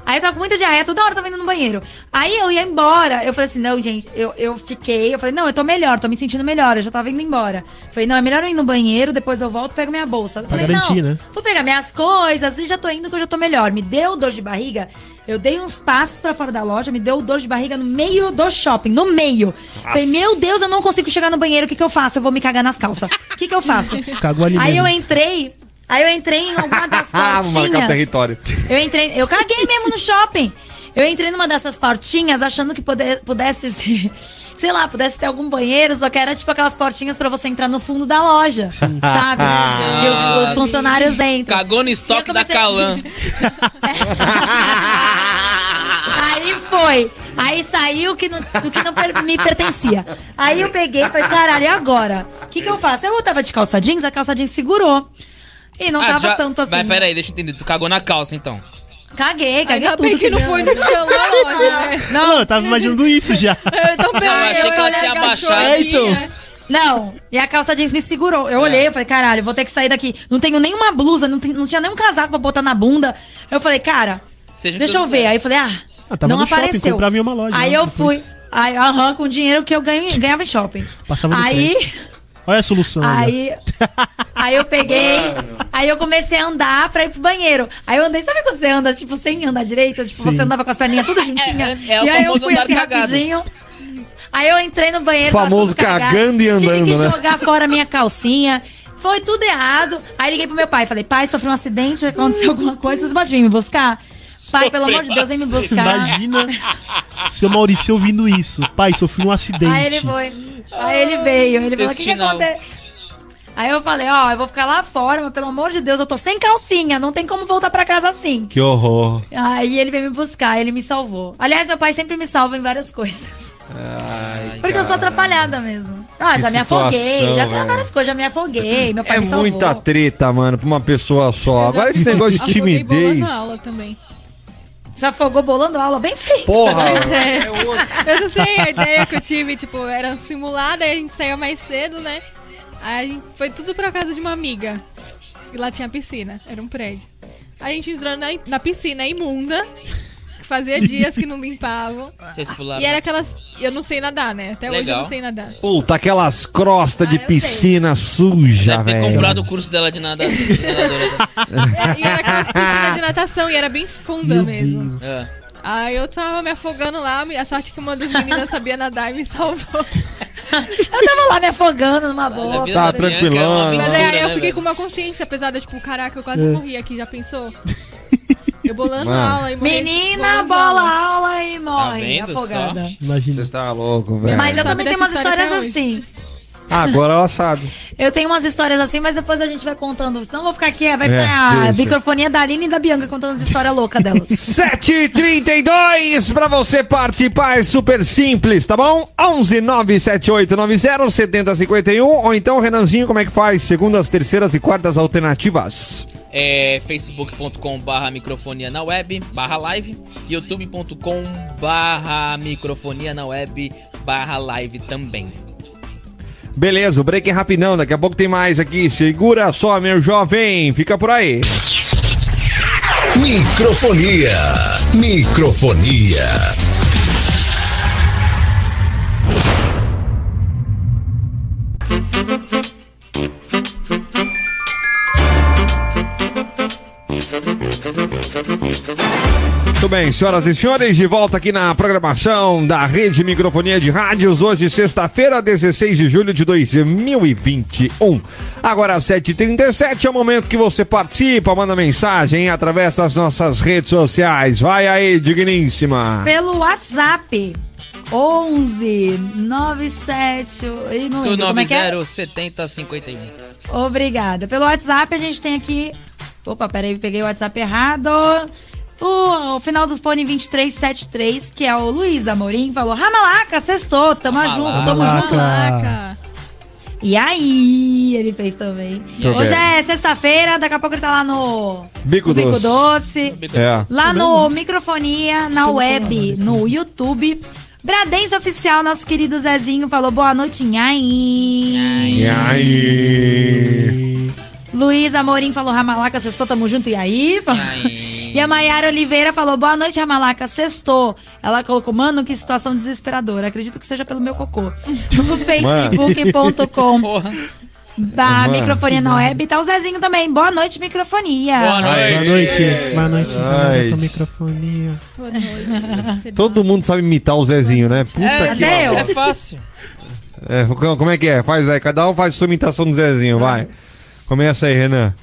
Aí eu tava com muita diarreia, toda hora eu tava indo no banheiro. Aí eu ia embora. Eu falei assim, não, gente, eu, eu fiquei. Eu falei, não, eu tô melhor, tô me sentindo melhor. Eu já tava indo embora. Falei, não, é melhor eu ir no banheiro, depois eu volto e pego minha bolsa. Eu falei,
garantir,
não,
né?
vou pegar minhas coisas e já tô indo que eu já tô melhor. Me deu dor de barriga. Eu dei uns passos pra fora da loja, me deu dor de barriga no meio do shopping, no meio. Falei, meu Deus, eu não consigo chegar no banheiro, o que, que eu faço? Eu vou me cagar nas calças. O que, que eu faço?
Cagou ali
Aí
mesmo.
eu entrei. Aí eu entrei em alguma das
Ah, marcar o
portinhas.
território.
eu entrei. Eu caguei mesmo no shopping. Eu entrei numa dessas portinhas achando que poder- pudesse ser, sei lá, pudesse ter algum banheiro, só que era tipo aquelas portinhas pra você entrar no fundo da loja, sabe? que os, os funcionários entram.
Cagou no estoque
Eu
da
comecei-
Calan.
Aí foi. Aí saiu o que não, o que não per- me pertencia. Aí eu peguei e falei, caralho, e agora? O que, que eu faço? Eu tava de calça jeans, a calça jeans segurou. E não tava tanto assim.
Ah, Mas peraí, deixa eu entender. Tu cagou na calça, então.
Caguei, caguei
Ainda
tudo.
bem que não foi no chão da loja, né?
Não,
Não, eu tava imaginando isso já.
Eu também.
eu achei que ela
olhei
tinha
a
abaixado.
É, então.
cachorrinha.
Não, e a calça jeans me segurou.
É.
Eu olhei, eu falei, caralho, vou ter que sair daqui. Não tenho nenhuma blusa, não, tem- não tinha nenhum casaco pra botar na bunda. Eu falei, cara,
Seja
deixa
teus
eu ver.
pés.
Aí eu falei, ah,
Ah, tava
não
no shopping,
apareceu.
comprava em uma loja,
Aí
né,
eu
depois.
fui, aí, aham, com o dinheiro que eu ganhei, ganhava em shopping.
Passava no
aí,
Olha a solução. Aí.
aí, aí eu peguei, aí eu comecei a andar pra ir pro banheiro. Aí eu andei, sabe quando você anda, tipo, sem andar direito? Tipo,
Sim.
você andava com as perninhas tudo juntinha.
é o
e aí eu
famoso
fui
andar
assim
cagado.
rapidinho. Aí eu entrei no banheiro. tava
Famoso
tudo cagado.
cagando e andando,
Tive que
né?
jogar fora a minha calcinha. Foi tudo errado. Aí liguei pro meu pai. Falei, pai, sofri um acidente, aconteceu alguma coisa, vocês podem vir me buscar? Pai, pelo amor de Deus, vem me buscar.
Imagina seu Maurício ouvindo isso. Pai, sofri um acidente.
Aí ele foi. Aí ele veio. Ele falou: o que, que
Intestinal.
aconteceu? Aí eu falei: ó, eu vou ficar lá fora, mas pelo amor de Deus, eu tô sem calcinha, não tem como voltar pra casa assim.
Que horror.
Aí ele veio me buscar, ele me salvou. Aliás, meu pai sempre me salva em várias coisas. Porque eu sou atrapalhada mesmo. Ah,
Que
já me afoguei,
situação,
já tem
velho.
várias coisas, já me afoguei, meu pai
É
me salvou.
muita treta, mano, pra uma pessoa só. Agora esse negócio de
Afoguei
timidez.
bolando aula também.
Se afogou bolando aula, bem feito.
Porra!
Eu não sei, a ideia que eu tive, tipo, era simulada, aí a gente saía mais cedo, né? Aí a gente- foi tudo pra casa de uma amiga. E lá tinha piscina, era um prédio. A gente entrou na, na piscina imunda, que fazia dias que não limpavam.
Vocês pularam.
E era aquelas. Eu não sei nadar, né? Até hoje
Tá, né?
eu
Legal.
não sei nadar.
Puta, aquelas crostas de
Ah, eu
piscina suja,
Deve ter comprado
velho.
o curso dela de nada. de nadadora.
É, E era aquelas piscinas de natação, e era bem funda
Meu
mesmo.
Deus.
É.
Aí eu tava me afogando lá, a sorte que uma das meninas sabia nadar e me salvou.
Eu tava lá me afogando numa
A
boa.
vida
Tá
da Bianca
tranquilão,
é uma
né?
Mas
aventura,
aí, aí eu
né,
fiquei
velho?
com uma consciência pesada, tipo, caraca, eu quase morri aqui, já pensou? Eu bolando
Mano.
aula e morri.
Menina,
bolando
bola
aula.
aula e
Tá
morre,
vendo só?
afogada.
Você
Imagina.
tá louco, velho.
Mas eu
Sabe
também tenho umas
dessa história
histórias
até
assim.
Agora ela sabe.
Eu tenho umas histórias assim, mas depois a gente vai contando. Senão eu vou ficar aqui, é, vai
É,
ficar
deixa.
a microfonia da Aline e da Bianca contando as histórias loucas delas.
7h32 pra você participar, é super simples, tá bom? 11 97890 7051 ou então, Renanzinho, como é que faz? Segundas, terceiras e quartas alternativas.
É facebook.com barra microfonia na web, barra live, youtube.com barra microfonia na web, barra live também.
é
Beleza, o break é rapidão, daqui a pouco tem mais aqui. Segura só, meu jovem, fica por aí.
Microfonia. Microfonia.
Muito bem, senhoras e senhores, de volta aqui na programação da Rede Microfonia de Rádios, hoje sexta-feira, 16 de julho de 2021. Agora às 7h37 é o momento que você participa, manda mensagem através das nossas redes sociais. Vai aí, digníssima.
Pelo WhatsApp. 11 97 e não lembro como é que é.
890 7051.
Obrigada. Pelo WhatsApp a gente tem aqui. Opa, peraí, peguei o WhatsApp errado. O, o final do fone 2373, que é o Luiz Amorim, falou: Ramalaca, sextou, tamo junto, tamo
Ramalaca.
junto.
Caraca.
E aí, ele fez também. Hoje é sexta-feira, daqui a pouco ele tá lá no
Bico
no Bico
Doce.
Doce.
É.
Lá no Microfonia, na web,
né?
no YouTube. Bradense Oficial, nosso querido Zezinho, falou boa noite, nhaim.
E aí?
Luiz Amorim falou Ramalaca, sextou, tamo junto, e aí? E a Maiara Oliveira falou boa noite, Ramalaca, sextou. Ela colocou, mano, que situação desesperadora. Acredito que seja pelo meu cocô. No facebook.com
Porra.
da
Mano.
microfonia na web e tá o Zezinho também. Boa noite, microfonia.
Boa
Boa
noite.
noite. Boa noite.
é
Ai.
Boa microfonia.
Boa noite.
Todo mundo sabe imitar o Zezinho, né? Puta
É,
que.
Até eu.
é fácil.
É, como é que é? Faz aí, cada um faz sua imitação do Zezinho, vai. Começa aí, Renan.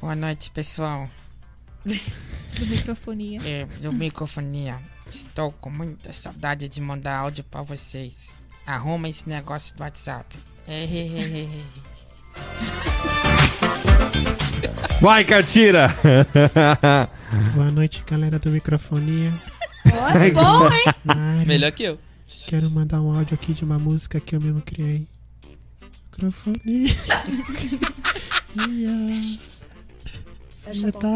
Boa noite, pessoal.
do microfonia.
É, do microfonia. Estou com muita saudade de mandar áudio pra vocês. Arruma esse negócio do WhatsApp.
Vai, Catira!
Boa noite, galera do microfonia.
Ó, bom, hein?
Mari,
Melhor que eu.
Quero mandar um áudio aqui de uma música que eu mesmo criei. Microfonia.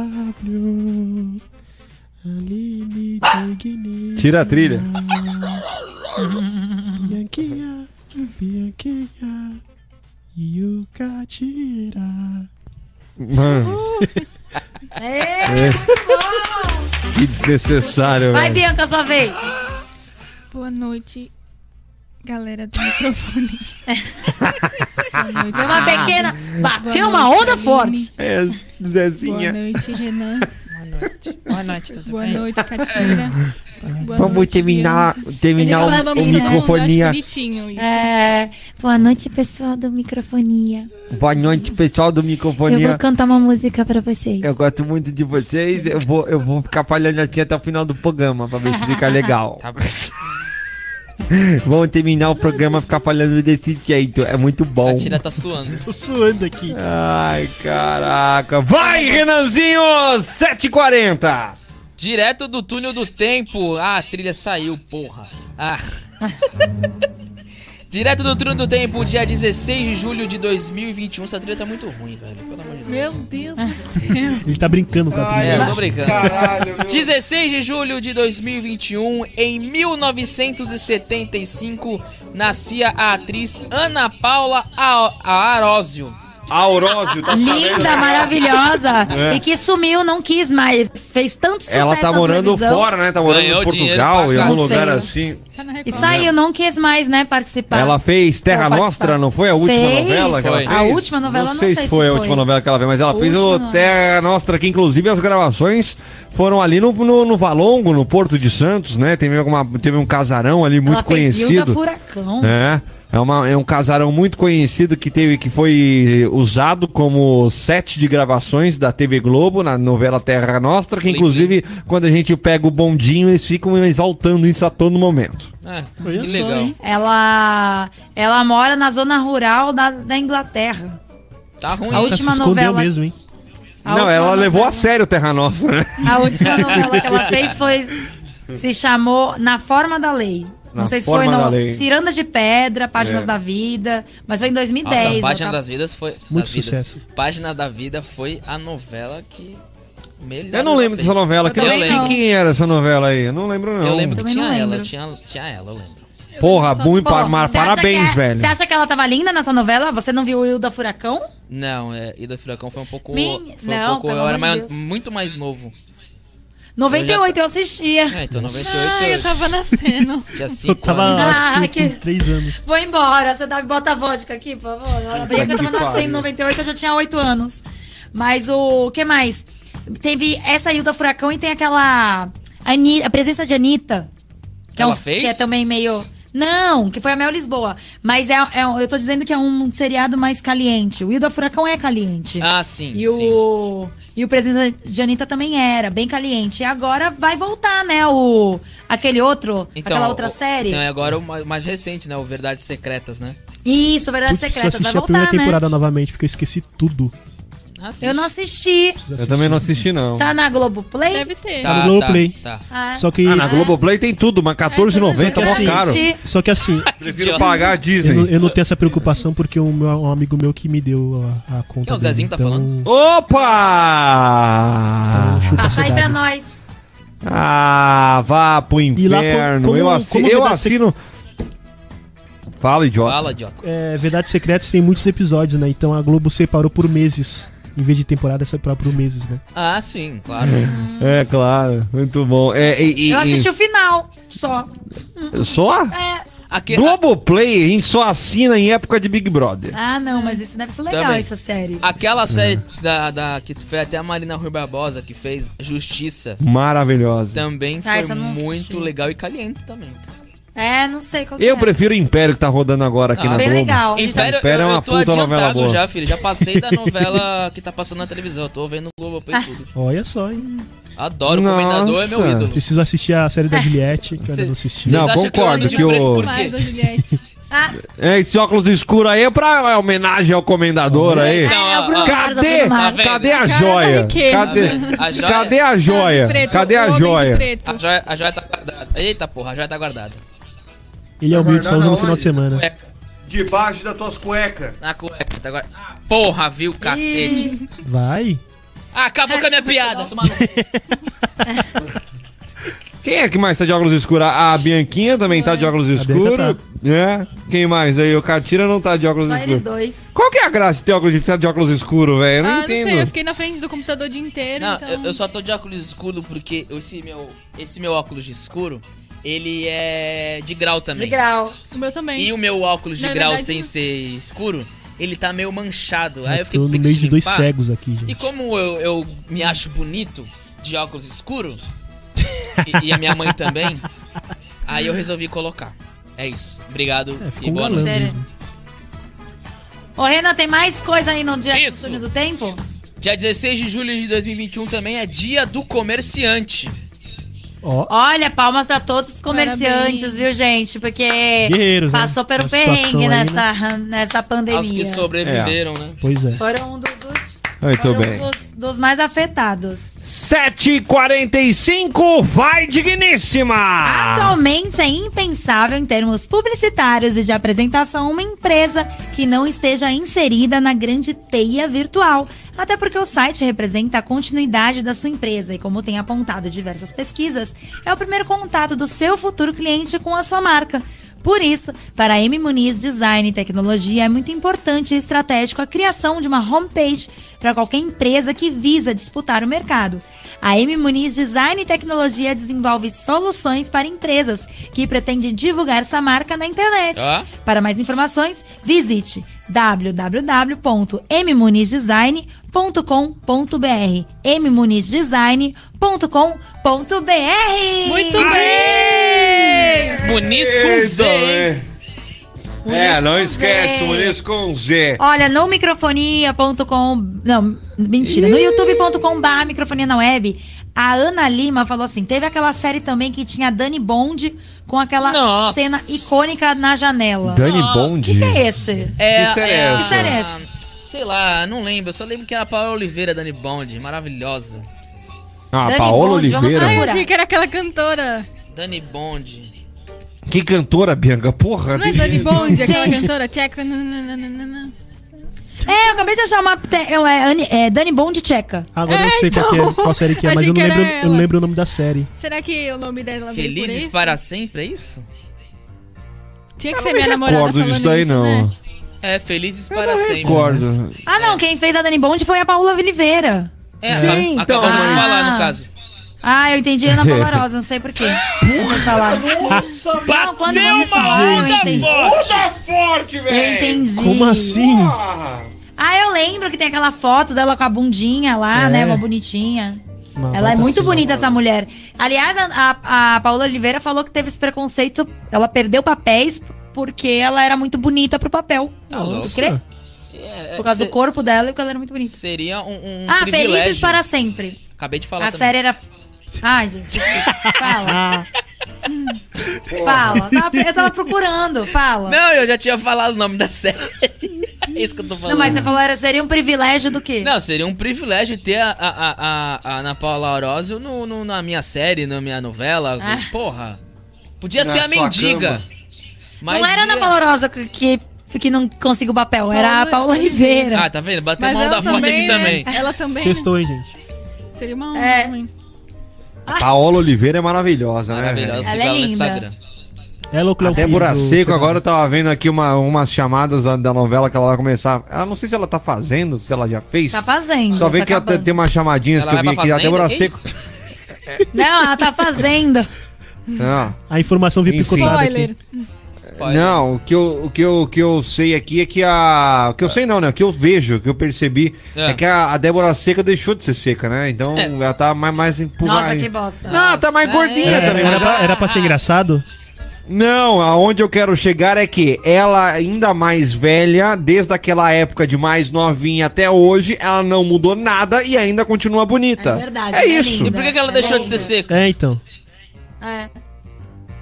CW. Aline Digníssima.
Tira a trilha.
Bianquinha, Bianquinha. E o Catira.
Mano,
É.
que desnecessário,
Vai,
velho.
Bianca, sua vez.
Boa noite, galera do microfone. Boa noite.
Deu uma pequena.
Boa
Bateu
noite,
uma onda
Aline.
forte.
É,
Boa
Zezinha.
noite, Renan.
Boa noite. Boa noite, tudo
Boa
bem?
noite, Catira. Boa
Vamos
noite,
terminar, terminar
Ele
o,
falou
o
assim, né?
microfonia.
bonitinho isso.
É, boa noite, pessoal do Microfonia.
Boa noite, pessoal do
Eu
microfonia.
vou cantar uma música pra vocês.
Eu gosto muito de vocês. Eu vou, eu vou ficar palhando assim até o final do programa pra ver se fica legal.
Tá bom.
Vamos terminar o programa ficar palhando desse jeito. É muito
A
bom.
tira tá suando.
Tô suando aqui.
Ai, caraca. Vai, Renanzinho! 7h40.
Direto do túnel do tempo. Ah, a trilha saiu, porra. Ah. Direto do túnel do tempo, dia 16 de julho de 2021. Essa trilha tá muito ruim, velho. Pelo amor de Deus.
Meu Deus.
Ele tá brincando com a
Ai,
trilha.
É, eu tô brincando.
Caralho,
16 de julho de 2021, em 1975, nascia a atriz Ana Paula A- Arósio.
Aurósio, tá É.
Linda, maravilhosa. E que sumiu, não quis mais. Fez tanto sucesso.
Ela tá
na
morando
televisão.
fora, né? Tá morando
Ganhou
em
dinheiro
Portugal,
pra
em algum
cacete.
lugar assim.
Tá na
E
Record.
saiu, não quis mais, né, participar.
Ela fez Terra
Vou participar.
Nostra, não foi a última
Fez.
novela que ela
Foi.
fez?
A última novela,
não
não
sei,
sei
se
se
foi a
foi.
última novela que ela fez, mas ela fez o
Última
Terra Nostra, que inclusive as gravações foram ali no, no, no Valongo, no Porto de Santos, né? Teve, alguma, teve um casarão ali muito
Ela Fez
conhecido.
Vilda Furacão.
É. É, uma- é um casarão muito conhecido que teve que foi eh, usado como set de gravações da TV Globo na novela Terra Nostra, que inclusive quando a gente pega o bondinho, eles ficam exaltando isso a todo momento.
Ah,
Olha
que
só,
legal.
hein?
Ela, ela mora na zona rural da, da Inglaterra.
Tá ruim.
A
Tá
última
se escondeu
novela-
mesmo, hein?
A
Não,
última
ela levou
novela-
a sério Terra Nostra, né?
A última novela que ela fez foi. Se chamou Na Forma da Lei.
Na
Não sei se
Forma
foi
da
no
Lei.
Ciranda de Pedra, Páginas
É.
da Vida, mas foi em
Nossa,
2010.
a Página
ela tá-
das Vidas foi.
Muito
das vidas.
sucesso.
Página da Vida foi a novela que melhor.
Eu não
ela
lembro
fez.
dessa novela.
Eu
Que,
também
que-
não.
quem era essa novela aí? Eu não lembro, não.
Eu lembro que
Também
tinha
não
ela,
lembro.
tinha, tinha ela, eu lembro.
Porra, bom,
Pô,
par- mar-
você acha
parabéns,
que- é-
velho.
Você acha que ela tava linda nessa novela? Você não viu o Hilda Furacão?
Não, é, Ida Furacão foi um pouco.
Min-
Foi um
não,
pouco
pelo
eu era
amor
mai-
de Deus.
muito mais novo.
98 eu, assistia.
É, então 98
Ai, eu tava nascendo.
tinha 5
Eu tava
anos.
Ah,
acho que,
que-
com 3 anos.
Vou embora, você dá, bota a vodka aqui, por favor. Ela brinca que eu
que
tava nascendo
pariu.
em 98, eu já tinha 8 anos. Mas o que mais? Teve essa Hilda Furacão e tem aquela. Ani- a presença de Anitta. Que
Ela
é um,
fez?
Que é também meio. Não, que foi a Mel Lisboa. Mas é, é um- eu tô dizendo que é um seriado mais caliente. O Hilda Furacão é caliente.
Ah, sim.
E
sim.
o. E o presidente de Anitta também era, bem caliente. E agora vai voltar, né? O. Aquele outro. aquela outra
o-
série.
Então, é agora o mais, mais recente, né? O Verdades Secretas, né?
Isso, Verdades
Putz, preciso
Secretas.
assistir
Tá Vai
a primeira
voltar, né?
temporada novamente, porque eu esqueci tudo.
Ah, sim.
Eu não assisti.
Eu também não assisti, não.
Tá na Globoplay?
Deve ter.
Tá no Globoplay.
Tá.
Ah,
Só que.
Ah, na Globoplay tem tudo, mas
Só
14,90
que
é mó
assim,
caro.
Assisti.
Só que assim,
Prefiro pagar a
eu não,
Disney.
eu não tenho essa preocupação porque um, meu- um amigo meu que me deu a, a conta.
Quem é o Zezinho que tá falando?
Opa!
Chupa a
Passa aí
cidade.
pra nós.
Ah, vá pro
E lá,
inferno.
como-
eu
como-
assi-
como
eu
verdade-
assino. Fala, idiota.
Fala, idiota.
É, Verdades Secretas tem muitos episódios, né? Então a Globo separou por meses. Em vez de temporada, separou por meses, né?
Ah, sim, claro.
É claro, muito bom. É, e, e,
Eu assisti
e,
o final. Só.
só?
É.
Aque-
Globoplay, a gente só assina em época de Big Brother.
Ah, não, mas isso deve ser legal,
Também.
essa série.
Uhum.
Aquela série da, da- que foi até a Marina Rui Barbosa que fez Justiça
Maravilhosa.
também
Ah,
foi
essa eu não
muito
assisti.
legal e caliente também.
É, não sei qual que
Eu
é.
prefiro o Império que tá rodando agora aqui
Ah,
na
bem
Globo.
legal.
Império,
Império é
eu,
uma
eu tô
puta novela
adiantado
boa.
já, filho. Já passei da novela que tá passando na televisão. Eu tô vendo o Globo
Ah.
e tudo.
Olha só, hein?
Adoro, o Comendador é meu
Nossa.
ídolo.
Preciso assistir a série da Juliette, que eu ainda
Cê-
não assisti.
Vocês
Não,
acham que eu
concordo
ando de
que o-
preto por
Mais da
quê?
Juliette.
Ah,
É, esse óculos escuro aí é pra é homenagem ao comendador aí.
Então,
é, é o Bruno
ó,
Carlos da
Cadê?
Bruno
Tá
Mars.
vendo?
Cadê a
Cara da
joia?
riqueza.
Cadê?
A joia?
Cadê a
Ah, de
joia?
preto,
Cadê
o
a
homem de
joia? Ah,
preto.
A joia, a joia tá guardada. Eita porra, a joia tá guardada.
Ele é humilde só
Guardar
usa no
aonde?
final de semana.
Cueca,
Debaixo das tuas cuecas.
na cueca, tá guardada. Ah, porra, viu, cacete.
Vai.
Ah, acabou com a minha piada. Toma no cu.
Quem é que mais tá de óculos escuro? A Bianquinha também tá de óculos escuro.
Bianca
É. Quem mais aí? O Catira não tá de óculos
Só eles
escuro.
dois.
Qual que é a graça de ter óculos de, tá de óculos escuro, velho? Eu não
Ah, não
entendo.
sei, eu fiquei na frente do computador o dia inteiro,
Não,
então...
eu, eu só tô de óculos escuro porque esse meu, esse meu óculos de escuro, ele é de grau também.
De grau.
O meu também.
E o meu óculos de
Na
grau
verdade,
sem
não.
ser escuro, ele tá meio manchado. Aí eu
Eu
fiquei
tô
com
no
preguiça
meio de dois
limpar.
cegos aqui,
E
gente.
como eu, eu me acho bonito de óculos escuro, e, e a minha mãe também, aí eu resolvi colocar. É isso. Obrigado
É, ficou
e
um
boa
galã
noite.
mesmo.
Ô, Renan, tem mais coisa aí no Direto
Isso.
do Túnel do Tempo?
Dia 16 de julho de 2021 também é dia do comerciante.
Ó,
Olha, palmas pra todos os comerciantes,
Parabéns.
viu, gente? Porque
Guerreiros, né?
passou pelo
Uma situação
perrengue
aí, né?
nessa, nessa
Aos que
pandemia.
sobreviveram, né?
pois é.
Foram um dos, últimos,
Muito
foram um
Ah, então bem.
dos, dos mais afetados.
7h45, vai, digníssima!
Ah.
Atualmente é impensável, em termos publicitários e de apresentação, uma empresa que não esteja inserida na grande teia virtual. Até porque o site representa a continuidade da sua empresa e, como tem apontado diversas pesquisas, é o primeiro contato do seu futuro cliente com a sua marca. Por isso, para a M Muniz Design e Tecnologia é muito importante e estratégico a criação de uma homepage para qualquer empresa que visa disputar o mercado. A M Muniz Design e Tecnologia desenvolve soluções para empresas que pretendem divulgar sua marca na internet.
Ó.
Para mais informações, visite www.mmunizdesign.com.br mmunizdesign.com.br
Muito bem!
Muniz com
Isso,
Z, hein?
é. É, não
com
esquece,
Z.
Muniz com Z.
Olha, no microfonia.com. Não, mentira. No youtube.com/barra microfonia na web. A Ana Lima falou assim: teve aquela série também que tinha a Dani Bond com aquela
Nossa.
cena icônica na janela.
Dani
Nossa,
O
Bond.
que, que é esse?
É,
Que série é
a-
essa? Que
série é
Ah.
essa?
Sei lá, não lembro. Eu só lembro que era a Paola Oliveira, Dani Bond. Maravilhosa.
Ah,
Dani
Paola
Bond, vamos
Oliveira.
Ai, eu
Jura?
achei que era aquela cantora.
Dani Bond.
Que cantora, Bianca, porra.
Não é
tem-
Dani Bond, aquela
Gente.
cantora tcheca? nananana.
É, eu acabei de achar uma. te- eu- É, Anne- é, Dani Bond tcheca.
Agora eu sei qual, que
então.
é, qual série que é, mas
Achei
eu não,
que era
lembro, eu não
ela.
lembro o nome da série.
Será que o nome dela veio por
Felizes
isso?
para sempre, é isso?
Tinha que ser minha
Não
namorada
recordo
tá falando
disso daí,
isso,
não.
né?
É, Felizes para sempre.
Recordo.
Ah, não, quem fez a Dani Bond foi a Paula Oliveira.
É,
Sim,
acab-
então,
acabamos de
mas-
falar, no caso.
Ah, eu entendi Ana Paula Rosa, não sei porquê. Nossa, não, quando vocês falaram, eu entendi.
Puta forte,
Eu entendi.
Como assim?
Ah, eu lembro que tem aquela foto dela com a bundinha lá,
É.
né? Uma bonitinha.
Uma
ela é
bota
muito
assim.
bonita, essa mulher. Aliás, a, a, a Paola Oliveira falou que teve esse preconceito. Ela perdeu papéis porque ela era muito bonita pro papel.
Tá louco.
Tu crê?
É, é,
Por causa
se-
do corpo dela e porque ela era muito bonita.
Seria um, um
ah,
privilégio.
Felizes para Sempre.
Acabei de falar
A
também.
série é era. Ai, gente. Fala. Hum. Fala. Tava- Eu tava procurando. Fala. Não,
Não, eu já tinha falado o nome da série. é isso que eu tô falando.
mas você falou, era, seria um privilégio do quê?
Não, seria um privilégio ter a, a, a, a- a Ana Paula Orozio no, no- na minha série, na minha novela.
Ah.
Porra. Podia
Na
ser a
sua
mendiga.
cama.
Mas
não era
ia-
Ana Paula Rosa que, que, que não conseguiu o papel, era a
Paula
Paula Oliveira.
Ah, tá vendo? Bateu
Mas
mal da
ela
forte aqui
também,
também.
né? Ela também.
Sextou, hein, gente?
Seria uma honra
É.
também.
Paola Oliveira é maravilhosa, né?
Maravilhosa.
Ela
siga
é
ela no
linda.
Instagram.
Ela ou Cleo
Até
Pires,
Débora
ou
Seco,
sei lá.
tá-
agora eu tava vendo aqui uma, umas chamadas da, da novela que ela vai começar. Ela não sei se ela tá fazendo, se ela já fez.
Tá fazendo.
Só vê
tá
que ela tem-
acabando.
tem umas chamadinhas
Ela
que eu
vai
vi
pra
aqui. A
fazenda?
Débora
Que
Seco.
isso?
um
Não, ela tá fazendo.
Ah.
A informação veio
Enfim.
picotada
Spoiler.
aqui.
Spoiler.
Não, o que, eu, o, que eu, o que eu sei aqui é que a. O que eu sei não, né? O que eu vejo, o que eu percebi
É.
é, que a, a Débora seca deixou de ser seca, né? Então
É.
ela tá mais, mais empurrada.
Nossa, é. que bosta.
Não, ela tá mais gordinha
É, Era,
também,
era,
mas ela-
pra, era pra ser engraçado?
Não, aonde eu quero chegar é que ela, ainda mais velha, desde aquela época de mais novinha até hoje, ela não mudou nada e ainda continua bonita.
É verdade,
né,
É
é
isso.
E por que, que ela
É
deixou
bem.
de ser seca?
É, então.
É.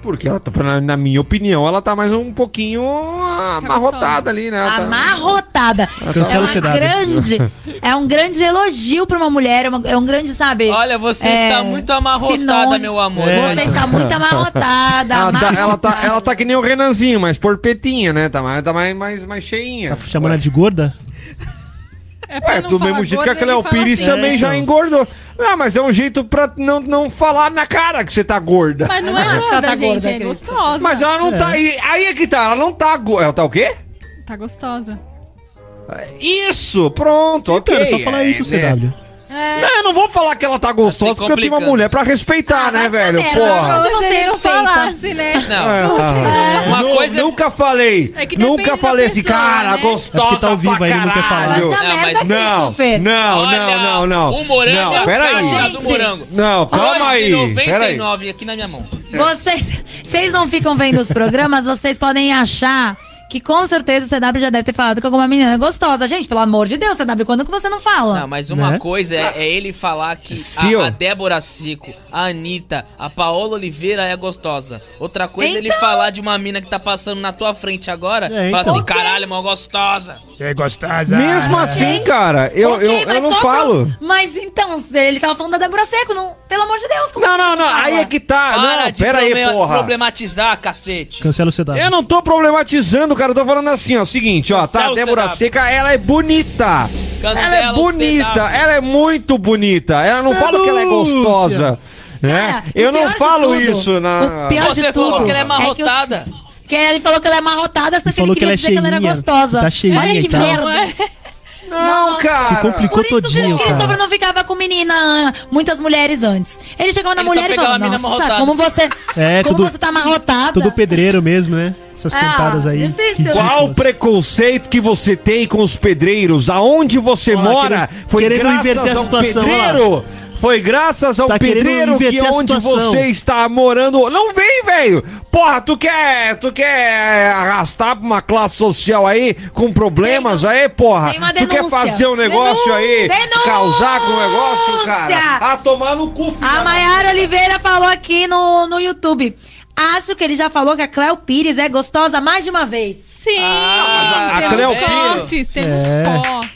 Porque ela tá, na, na minha opinião, ela tá mais um pouquinho ah,
Tá
amarrotada ali, né? Ela tá-
Amarrotada.
Cancela o
é, uma
sedado.
grande, é um grande elogio pra uma mulher, é, uma- é um grande, sabe?
Olha, você
é,
está muito amarrotada,
sinônimo.
meu amor.
É.
Você está muito amarrotada.
Ela tá,
amarrotada.
ela, tá, ela tá que nem o Renanzinho, mas porpetinha, né? Tá mais, tá mais, mais, mais cheinha.
Tá chamando ela de gorda?
É pra
Ué,
não
do
falar
mesmo jeito que
gorda,
a Cleo
ele fala
Pires
assim.
também
É,
já
então.
engordou. Não, mas é um jeito pra não, não falar na cara que você tá gorda.
Mas não é
Eu acho que ela
gorda,
tá
gente,
gorda,
é
Cris.
gostosa.
Mas ela não
É.
tá. Aí, aí é que tá, ela não tá gorda. Ela tá o quê?
Tá gostosa.
Isso, pronto, ok.
Cara, é só falar isso,
né?
CW.
Não, eu não vou falar que ela tá gostosa porque eu tenho uma
complicando.
mulher pra respeitar,
Ah,
né,
vai
velho?
saber,
Porra.
ela
Como
Você
se ele não
respeita.
falasse, né?
Não,
Ah,
Uma
nu-
coisa-
Nunca falei.
É que depende
nunca
da
falei assim,
pessoa,
cara,
né?
É
gostosa
porque tá ao vivo
pra
aí, não quer falar.
caralho.
Mas a
Não,
merda
mas-
que
Não,
Christopher.
não,
Olha,
não, não,
O
não.
Moranga
não,
é
peraí.
o caixa do
Gente.
morango.
Não, calma aí.
99
Peraí.
aqui na minha mão.
Vocês, vocês não ficam vendo os programas, vocês podem achar que com certeza o CW já deve ter falado com alguma menina gostosa. Gente, pelo amor de Deus, CW, quando que você não fala?
Não, mas uma
Né?
coisa é, é ele falar que
Se eu-
a, a Débora Seco, a Anitta, a Paola Oliveira é gostosa. Outra coisa é ele
Então-
falar de uma mina que tá passando na tua frente agora
É,
falar
então.
assim,
Ok.
caralho, mó gostosa.
É gostosa.
Mesmo assim, cara, eu,
Ok,
eu,
mas
eu não
qual que é o-
falo.
Mas então, ele tava falando da Débora Seco, não... pelo amor de Deus. como
Não, não,
você
não.
fala?
Aí é que tá.
Para
não,
de
pera aí,
problema-
porra.
problematizar, cacete.
Cancela o CW.
Eu não tô problematizando, cara. Eu tô falando assim, ó. Seguinte, ó. Tá,
Cancela
a
o
Débora
setup.
Seca, ela é bonita.
Cancela
ela é
o
bonita.
setup.
Ela é muito bonita. Ela não fala que ela é
Denúncia.
gostosa. Né?
Cara,
eu
o pior
não
de
falo
tudo,
isso na.
O pior
Você
de tudo.
falou que ela é
que o-
amarrotada.
que ele falou que ela é amarrotada, só que
falou
ele
que ela
queria
é
dizer que ela era
cheinha,
gostosa.
tá cheinha
Olha que
e tal.
merda.
Não, cara.
Se complicou
Por isso que
todinho,
o Christopher
cara.
não ficava com menina, muitas mulheres antes. Ele chegava na
Ele só
mulher e
pegava
falava,
a mina
nossa,
amarrotada."
como você,
É,
como
tudo-
você tá amarrotada.
Todo pedreiro mesmo, né? Essas
Ah,
cantadas aí. tipo assim.
difícil.
ridículas.
Qual o preconceito que você tem com os pedreiros? Aonde você
Olha lá,
mora?
querendo-
Foi
querendo
graças
inverter a
ao
situação, olha lá.
pedreiro. Foi graças ao
Tá querendo
pedreiro que
inverter a
onde
situação.
você está morando. Não vem, velho. Porra, tu quer, tu quer arrastar pra uma classe social aí com problemas
Tem- um-
aí, porra?
tem uma
Tu quer
denúncia.
fazer um negócio aí,
Denúncia!
causar com o negócio, cara? A tomar no cu.
A Mayara Oliveira falou aqui no, no YouTube. Acho que ele já falou que a Cléo Pires é gostosa mais de uma vez.
Sim!
Ah,
mas a- a
temos
Cleo Pires-
cortes, temos
É.
cortes.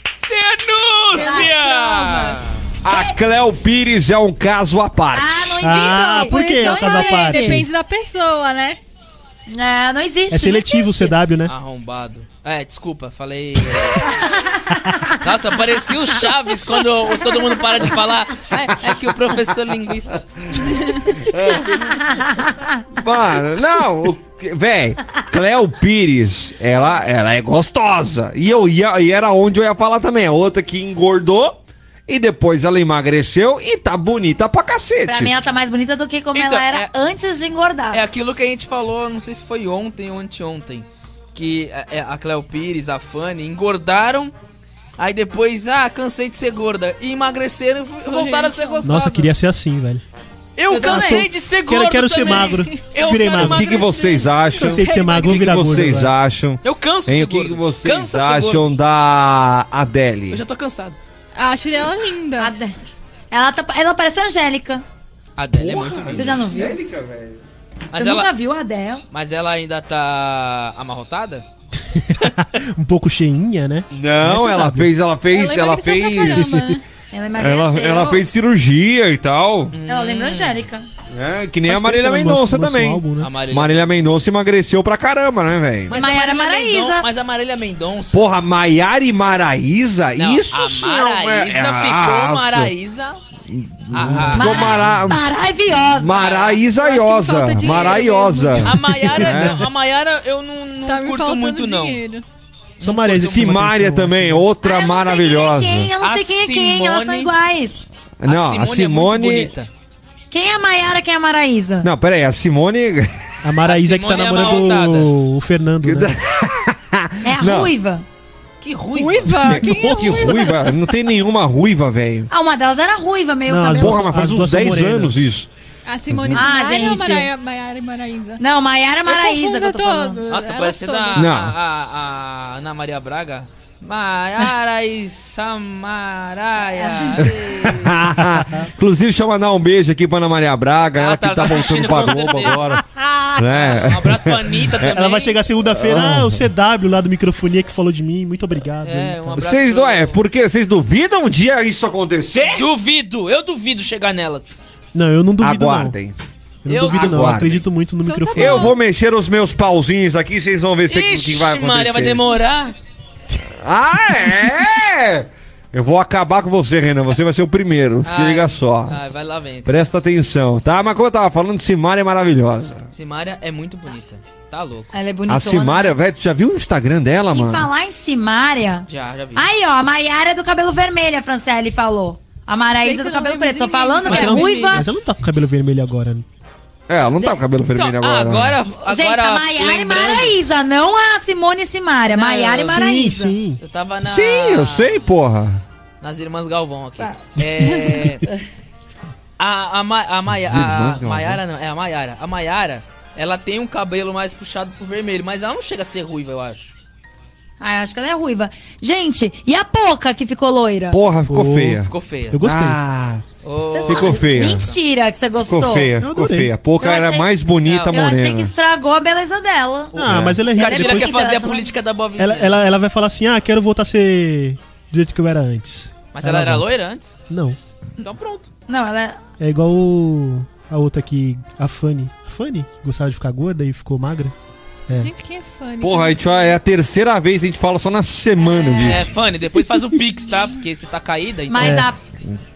Denúncia!
A Cléo Pires é um caso à parte.
Ah, não existe.
Ah, por que é
Não
o caso à
existe.
parte?
Depende da pessoa, né?
É, não existe.
É seletivo
não
o
existe.
CW,
Ah,
né?
Arrombado. É, desculpa, falei. Nossa, parecia o Chaves quando o- todo mundo para de falar. É, é que o professor linguista.
Mano, não, o- véi, Cléo Pires, ela, ela é gostosa. E eu ia, e era onde eu ia falar também. A outra que engordou e depois ela emagreceu e tá bonita pra cacete.
Pra mim ela tá mais bonita do que como
Então,
ela era
é-
antes de engordar.
É aquilo que a gente falou, não sei se foi ontem ou anteontem. Que a- a, a Cleo Pires, a Fanny, engordaram. Aí depois, ah, cansei de ser gorda. E emagreceram e v- voltaram a ser gostosas.
Nossa, queria ser assim, velho.
Eu
Eu
cansei
também.
de ser gordo.
Quero, quero ser
também.
magro.
Eu
Virei
quero
magro.
O que, que vocês acham?
Cansei de ser é magro,
O
vou
que, que
virar gordo.
vocês
agora.
acham?
Eu canso.
Hein,
de
o que,
gordo.
que vocês
Cansa ser gordo.
acham da Adele?
Eu já tô cansado.
Acho ela linda.
Ela,
é-
ela, tá, ela parece a Angélica.
A Adele é muito linda.
Você já não viu?
Mas
Você
ela,
nunca viu a dela.
mas ela ainda tá amarrotada?
Um pouco cheinha, né?
Não,
Essa
ela
sabe.
fez, ela fez, ela
emagreceu pra
fez.
caramba, né?
Ela,
Ela emagreceu. Hum.
ela fez cirurgia e tal.
Ela lembra a Angélica.
É, que nem
Faz
a Marília
tempo que eu não
Mendonça
lanço- lanço
também.
um álbum, né?
A Marília.
Marília Mendonça emagreceu pra caramba, né, velho?
Mas, então,
Maiara
a Marília
Maraíza.
Mendonça, mas a Marília Mendonça.
Porra, Maiara e Maraísa?
Não,
Isso
a
sim é uma-
Maraísa
é- Hum,
ficou
Nossa.
Maraísa. A, a,
Ficou mara...
Maravilhosa.
Eu acho que
Maraísaiosa.
falta dinheiro
Maraiosa.
a Maiara,
É.
a Maiara eu não, não
Tá me
curto
faltando
muito não.
dinheiro.
São Marias e
Simária também, outra
Ah, eu não sei quem é
maravilhosa.
quem, eu não sei
A
quem é quem, elas são
Simone-
iguais.
Não, a
É
Simone.
muito bonita.
Quem é a Maiara, quem é a Maraísa?
não, pera aí, a Simone.
A Maraísa que tá
Simone é
namorando
amarrotada.
o- o Fernando, né?
É a
Não.
Ah, ruiva.
Que ruim.
é
que ruiva. Não tem nenhuma ruiva, velho.
Ah, uma delas era ruiva, meio
Não, as
cabelo.
Porra, mas
As
faz uns
duas são
10
morenas.
anos isso.
A Simone
Ah,
Simaria ou
gente.
Maraia- Maiara e Maraísa?
Não, Maiara Maraíza que eu tô falando.
todas,
Nossa,
elas
parece
todas.
da
Não.
a, a- a Ana Maria Braga. Maiara e Samaraia.
Inclusive, deixa eu mandar um beijo aqui pra Ana Maria Braga,
Ah,
ela
tá,
que tá
tá
voltando
assistindo,
pra
com
Globo
certeza.
agora.
Um
né?
abraço pra Anitta também.
Ela vai chegar segunda-feira. Ah, o CW lá do microfonia que falou de mim. Muito obrigado.
É,
hein,
um
tá.
abraço.
Vocês, não é, por quê? Vocês duvidam um dia isso acontecer?
Duvido, eu duvido chegar nelas.
Não, eu não duvido
Aguardem.
não. Eu não
Eu
duvido não. Eu
aguardem.
acredito muito no
Então tá
microfone.
Eu vou mexer os meus pauzinhos aqui, vocês vão ver se o que
Ixi,
vai acontecer.
Maria, vai demorar.
Ah, é? Eu vou acabar com você, Renan. Você vai ser o primeiro. Se
Ai,
liga só.
Ai, vai lá, vem.
Presta atenção, tá? Mas como eu tava falando, Simária é maravilhosa.
Simária é muito bonita. Tá louco.
Ela é bonitona.
A Simária, velho, tu já viu o Instagram dela,
E
mano?
falar em Simária.
Já, já vi.
Aí, ó, a Maiara é do cabelo vermelho, a Franciele falou. A
Sei que
Maraísa do
eu não
cabelo
lembro
preto. Tô
de ninguém
falando
do
que é
cabelo
ruiva.
Mas ela não tá com cabelo vermelho agora. né?
É, ela não tá com o cabelo
Então,
vermelho agora. né?
agora, agora.
Gente, a Maiara e
lembrando-
Maraísa, não a Simone e Simária.
Não,
Maiara e
sim,
Sim,
Maraísa.
sim.
Eu tava na.
Sim, eu sei, porra.
Nas Irmãs Galvão aqui.
Tá.
É. A, a, Ma- a, Maia-
As Irmãs
a
Galvão.
Maiara não, é a Maiara. A Maiara, ela tem um cabelo mais puxado pro vermelho, mas ela não chega a ser ruiva, eu acho.
Ah, eu acho que ela é ruiva. Gente, e a Poca que ficou loira?
Porra, ficou
Pô,
feia.
Ficou feia.
Eu gostei.
Ah,
Ô,
Vocês
Ficou
falam-
feia.
Mentira que você gostou.
ficou feia,
Eu
ficou
adorei.
feia. A Pouca
Eu
era
achei-
mais bonita,
Eu achei
morena.
que estragou a beleza dela.
Ah, mas ela é rica.
Ela
Catira
Depois
quer fazer a
Ela-
política da boa vizinha.
ela, ela, ela vai falar assim: ah, quero voltar a ser do jeito que eu era antes.
Mas ela era
volta.
loira antes?
Não.
Então pronto.
Não, ela é.
É igual o- a outra aqui, a Fanny. A Fanny que gostava de ficar gorda e ficou magra.
Gente, quem é fã?
Porra, a gente, vai- é a terceira vez, a gente fala só na semana
É,
disso.
Fanny, depois faz o pix, tá? Porque você tá caída. Então...
Mas
É.
a.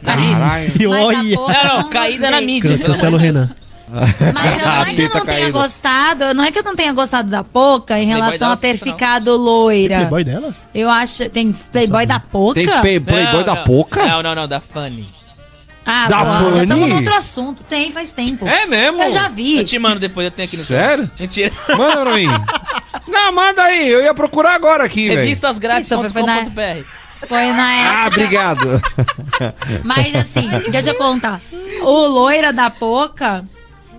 Caralho.
E
Mas tá a
olha!
Poca
Não, não,
não
caída na
gostei.
mídia.
Can- Cancela o Renan.
Mas não é que eu
Teta
não tenha
caída.
gostado, não é que eu não tenha gostado da Poca em
Playboy
relação
dela
a ter
não.
ficado
É.
loira.
Playboy dela?
Eu acho. Tem Playboy da Poca?
Tem play- Playboy
Não,
da
não.
Pouca?
Não, não, não, da Fanny.
Ah,
Da
bom,
Fanny?
já estamos outro assunto. Tem, faz tempo.
É mesmo?
Eu já vi.
Eu te mando depois, eu tenho aqui no
Sério?
Mentira.
Manda pra mim. Não, manda aí. Eu ia procurar agora aqui, velho.
Revistas grátis.
Isso, foi na- Foi na época.
Ah, obrigado.
Mas assim, deixa eu contar. O loira da Poca.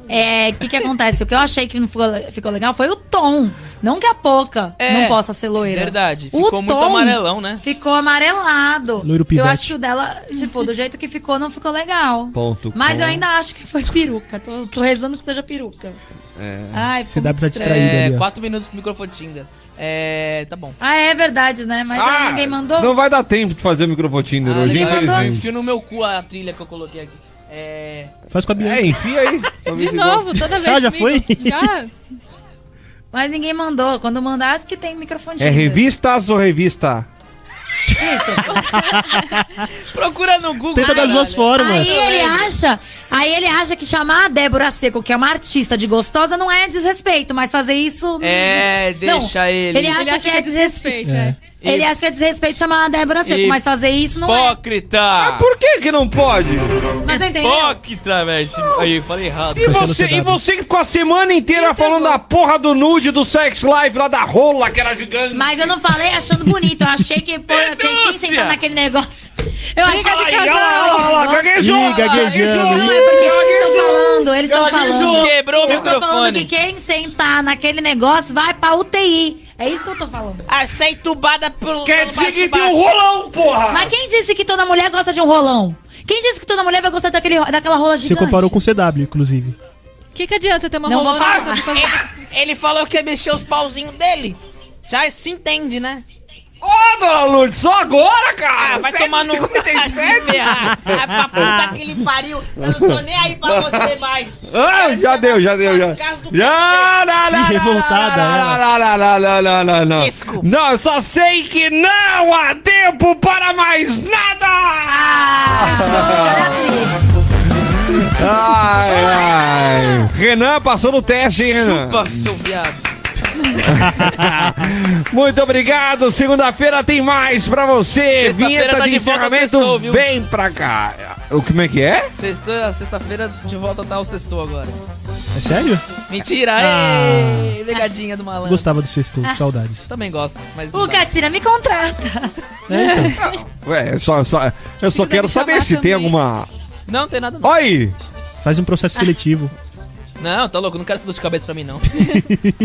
É, o que que acontece? O que eu achei que não ficou, ficou legal foi o tom. Não que a Poca
É,
não possa ser loira.
verdade.
O
Ficou muito
tom
amarelão, né?
Ficou amarelado.
Loiro
eu
pivete.
acho que o dela, tipo, do jeito que ficou, não ficou legal.
Ponto
Mas
com.
eu ainda acho que foi peruca. Tô, tô rezando que seja peruca.
É.
Ai,
Se
ficou
dá
muito
pra
estranho.
distrair. Traída ali,
É,
ó.
quatro minutos pro microfone Tinga. É, tá bom.
Ah, é verdade, né? Mas aí
Ah,
ninguém mandou.
Não vai dar tempo de fazer o microfone Tinder
Ah,
hoje,
legal. Eu
infelizmente.
enfio no meu cu a trilha que eu coloquei aqui. É.
Faz com a Bianca.
É, enfia aí. pra ver
De
se
novo, toda vez.
Ah, já
comigo.
foi?
Já.
Mas ninguém mandou. Quando mandar, que tem microfone.
gosta. É revistas ou revista?
Procura no Google.
Tenta das
caralho.
duas formas.
Aí ele acha, aí ele acha que chamar a Débora Seco, que é uma artista de gostosa, não é desrespeito, mas fazer isso
É,
não.
deixa ele.
Ele acha, que é desrespeito.
Feita. é.
Ele acha que é desrespeito chamar a Débora Seco,
E-
mas fazer isso não
Hipócrita!
Por que que não pode?
é. Mas entendeu?
Hipócrita, velho. Esse- Aí, falei errado.
E
Tá sendo
você, e
sedado.
você que ficou a semana inteira falando da porra do nude do Sex Life lá da rola que era gigante.
Mas eu não falei achando bonito, eu achei que pô, quem quis
Denúncia!
sentar naquele negócio. Eu achei que
Ai, olha lá, olha lá, gaguejou!
Ih, gaguejando.
não é porque eles estão falando, eles estão falando.
Quebrou o
Eu tô falando que
microfone.
quem sentar naquele negócio vai pra UTI. É isso que eu tô falando.
Aceitubada por.
Quer dizer que tem um rolão, porra!
Mas quem disse que toda mulher gosta de um rolão? Quem disse que toda mulher vai gostar daquele, daquela rola
Você
gigante?
comparou com o CW, inclusive.
O que, que adianta ter uma
Não vou
rolona
falar.
se você-
Ele falou que ia mexer os pauzinhos dele. Já se entende, né?
Ô, dona Lourdes, só agora, cara!
Ah, vai tomar no cu, vai se
157?
ferrar. Vai pra puta que ele pariu. Eu não tô nem aí pra você mais.
Ah, já deu, já deu, já. Já, não, não,
Que
não,
revoltada
não, não, não, não, não, não, não, não.
Desculpa.
Não, eu só sei que não há tempo para mais nada!
Ah,
Ai, ai. Renan passou no teste, hein, Renan?
Chupa, seu viado.
Muito obrigado. Segunda-feira tem mais pra você.
Sexta-feira
Vinheta
tá
de
de volta,
encerramento.
sextou, viu?
Vem pra cá. O como é que é?
Sexta- Sexta-feira de volta tá o sextou agora.
É sério?
Mentira!
Ah.
Ei, pegadinha do malandro.
Gostava do sexto, saudades.
Também gosto, mas. não
O
dá.
Catira me contrata.
Ué, é só, só, eu só
quiser
quero
me chamar
saber se tem
também.
alguma.
Não, tem nada não.
Oi!
Faz um processo seletivo.
Não, tá louco, não quero essa dor de cabeça pra mim, não.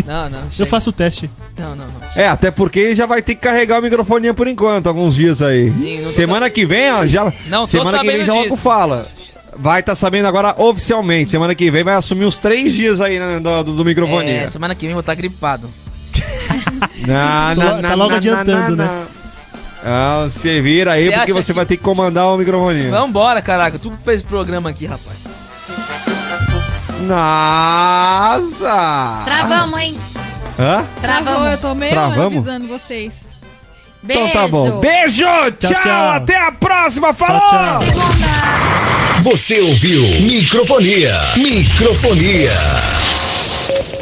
não, não.
Eu
chega.
faço o teste.
Não, não, não.
É, até porque já vai ter que carregar o microfoninho por enquanto, alguns dias aí.
não tô
semana que vem, ó, já.
Não tô
semana que vem
sabendo
já logo
disso.
fala. Vai estar sabendo agora oficialmente. Semana que vem vai assumir os três dias aí né, do, do, do microfoninho.
É, semana que vem eu vou estar gripado.
Na,
Tá
na,
lo-
na,
tá logo
na,
adiantando,
na, na. Ah, você vira aí
né? Você
porque
acha
você
que-
vai ter que comandar o microfoninho.
Vambora, caraca. Tu fez esse programa aqui, rapaz.
Nossa!
Travamos, hein?
Hã?
Travou,
Travamos.
eu tô meio
Travamos?
ano avisando vocês.
Beijo.
Então tá bom. Beijo, tchau,
tchau.
até a próxima, falou!
tchau.
Segunda.
Você ouviu Microfonia. Microfonia.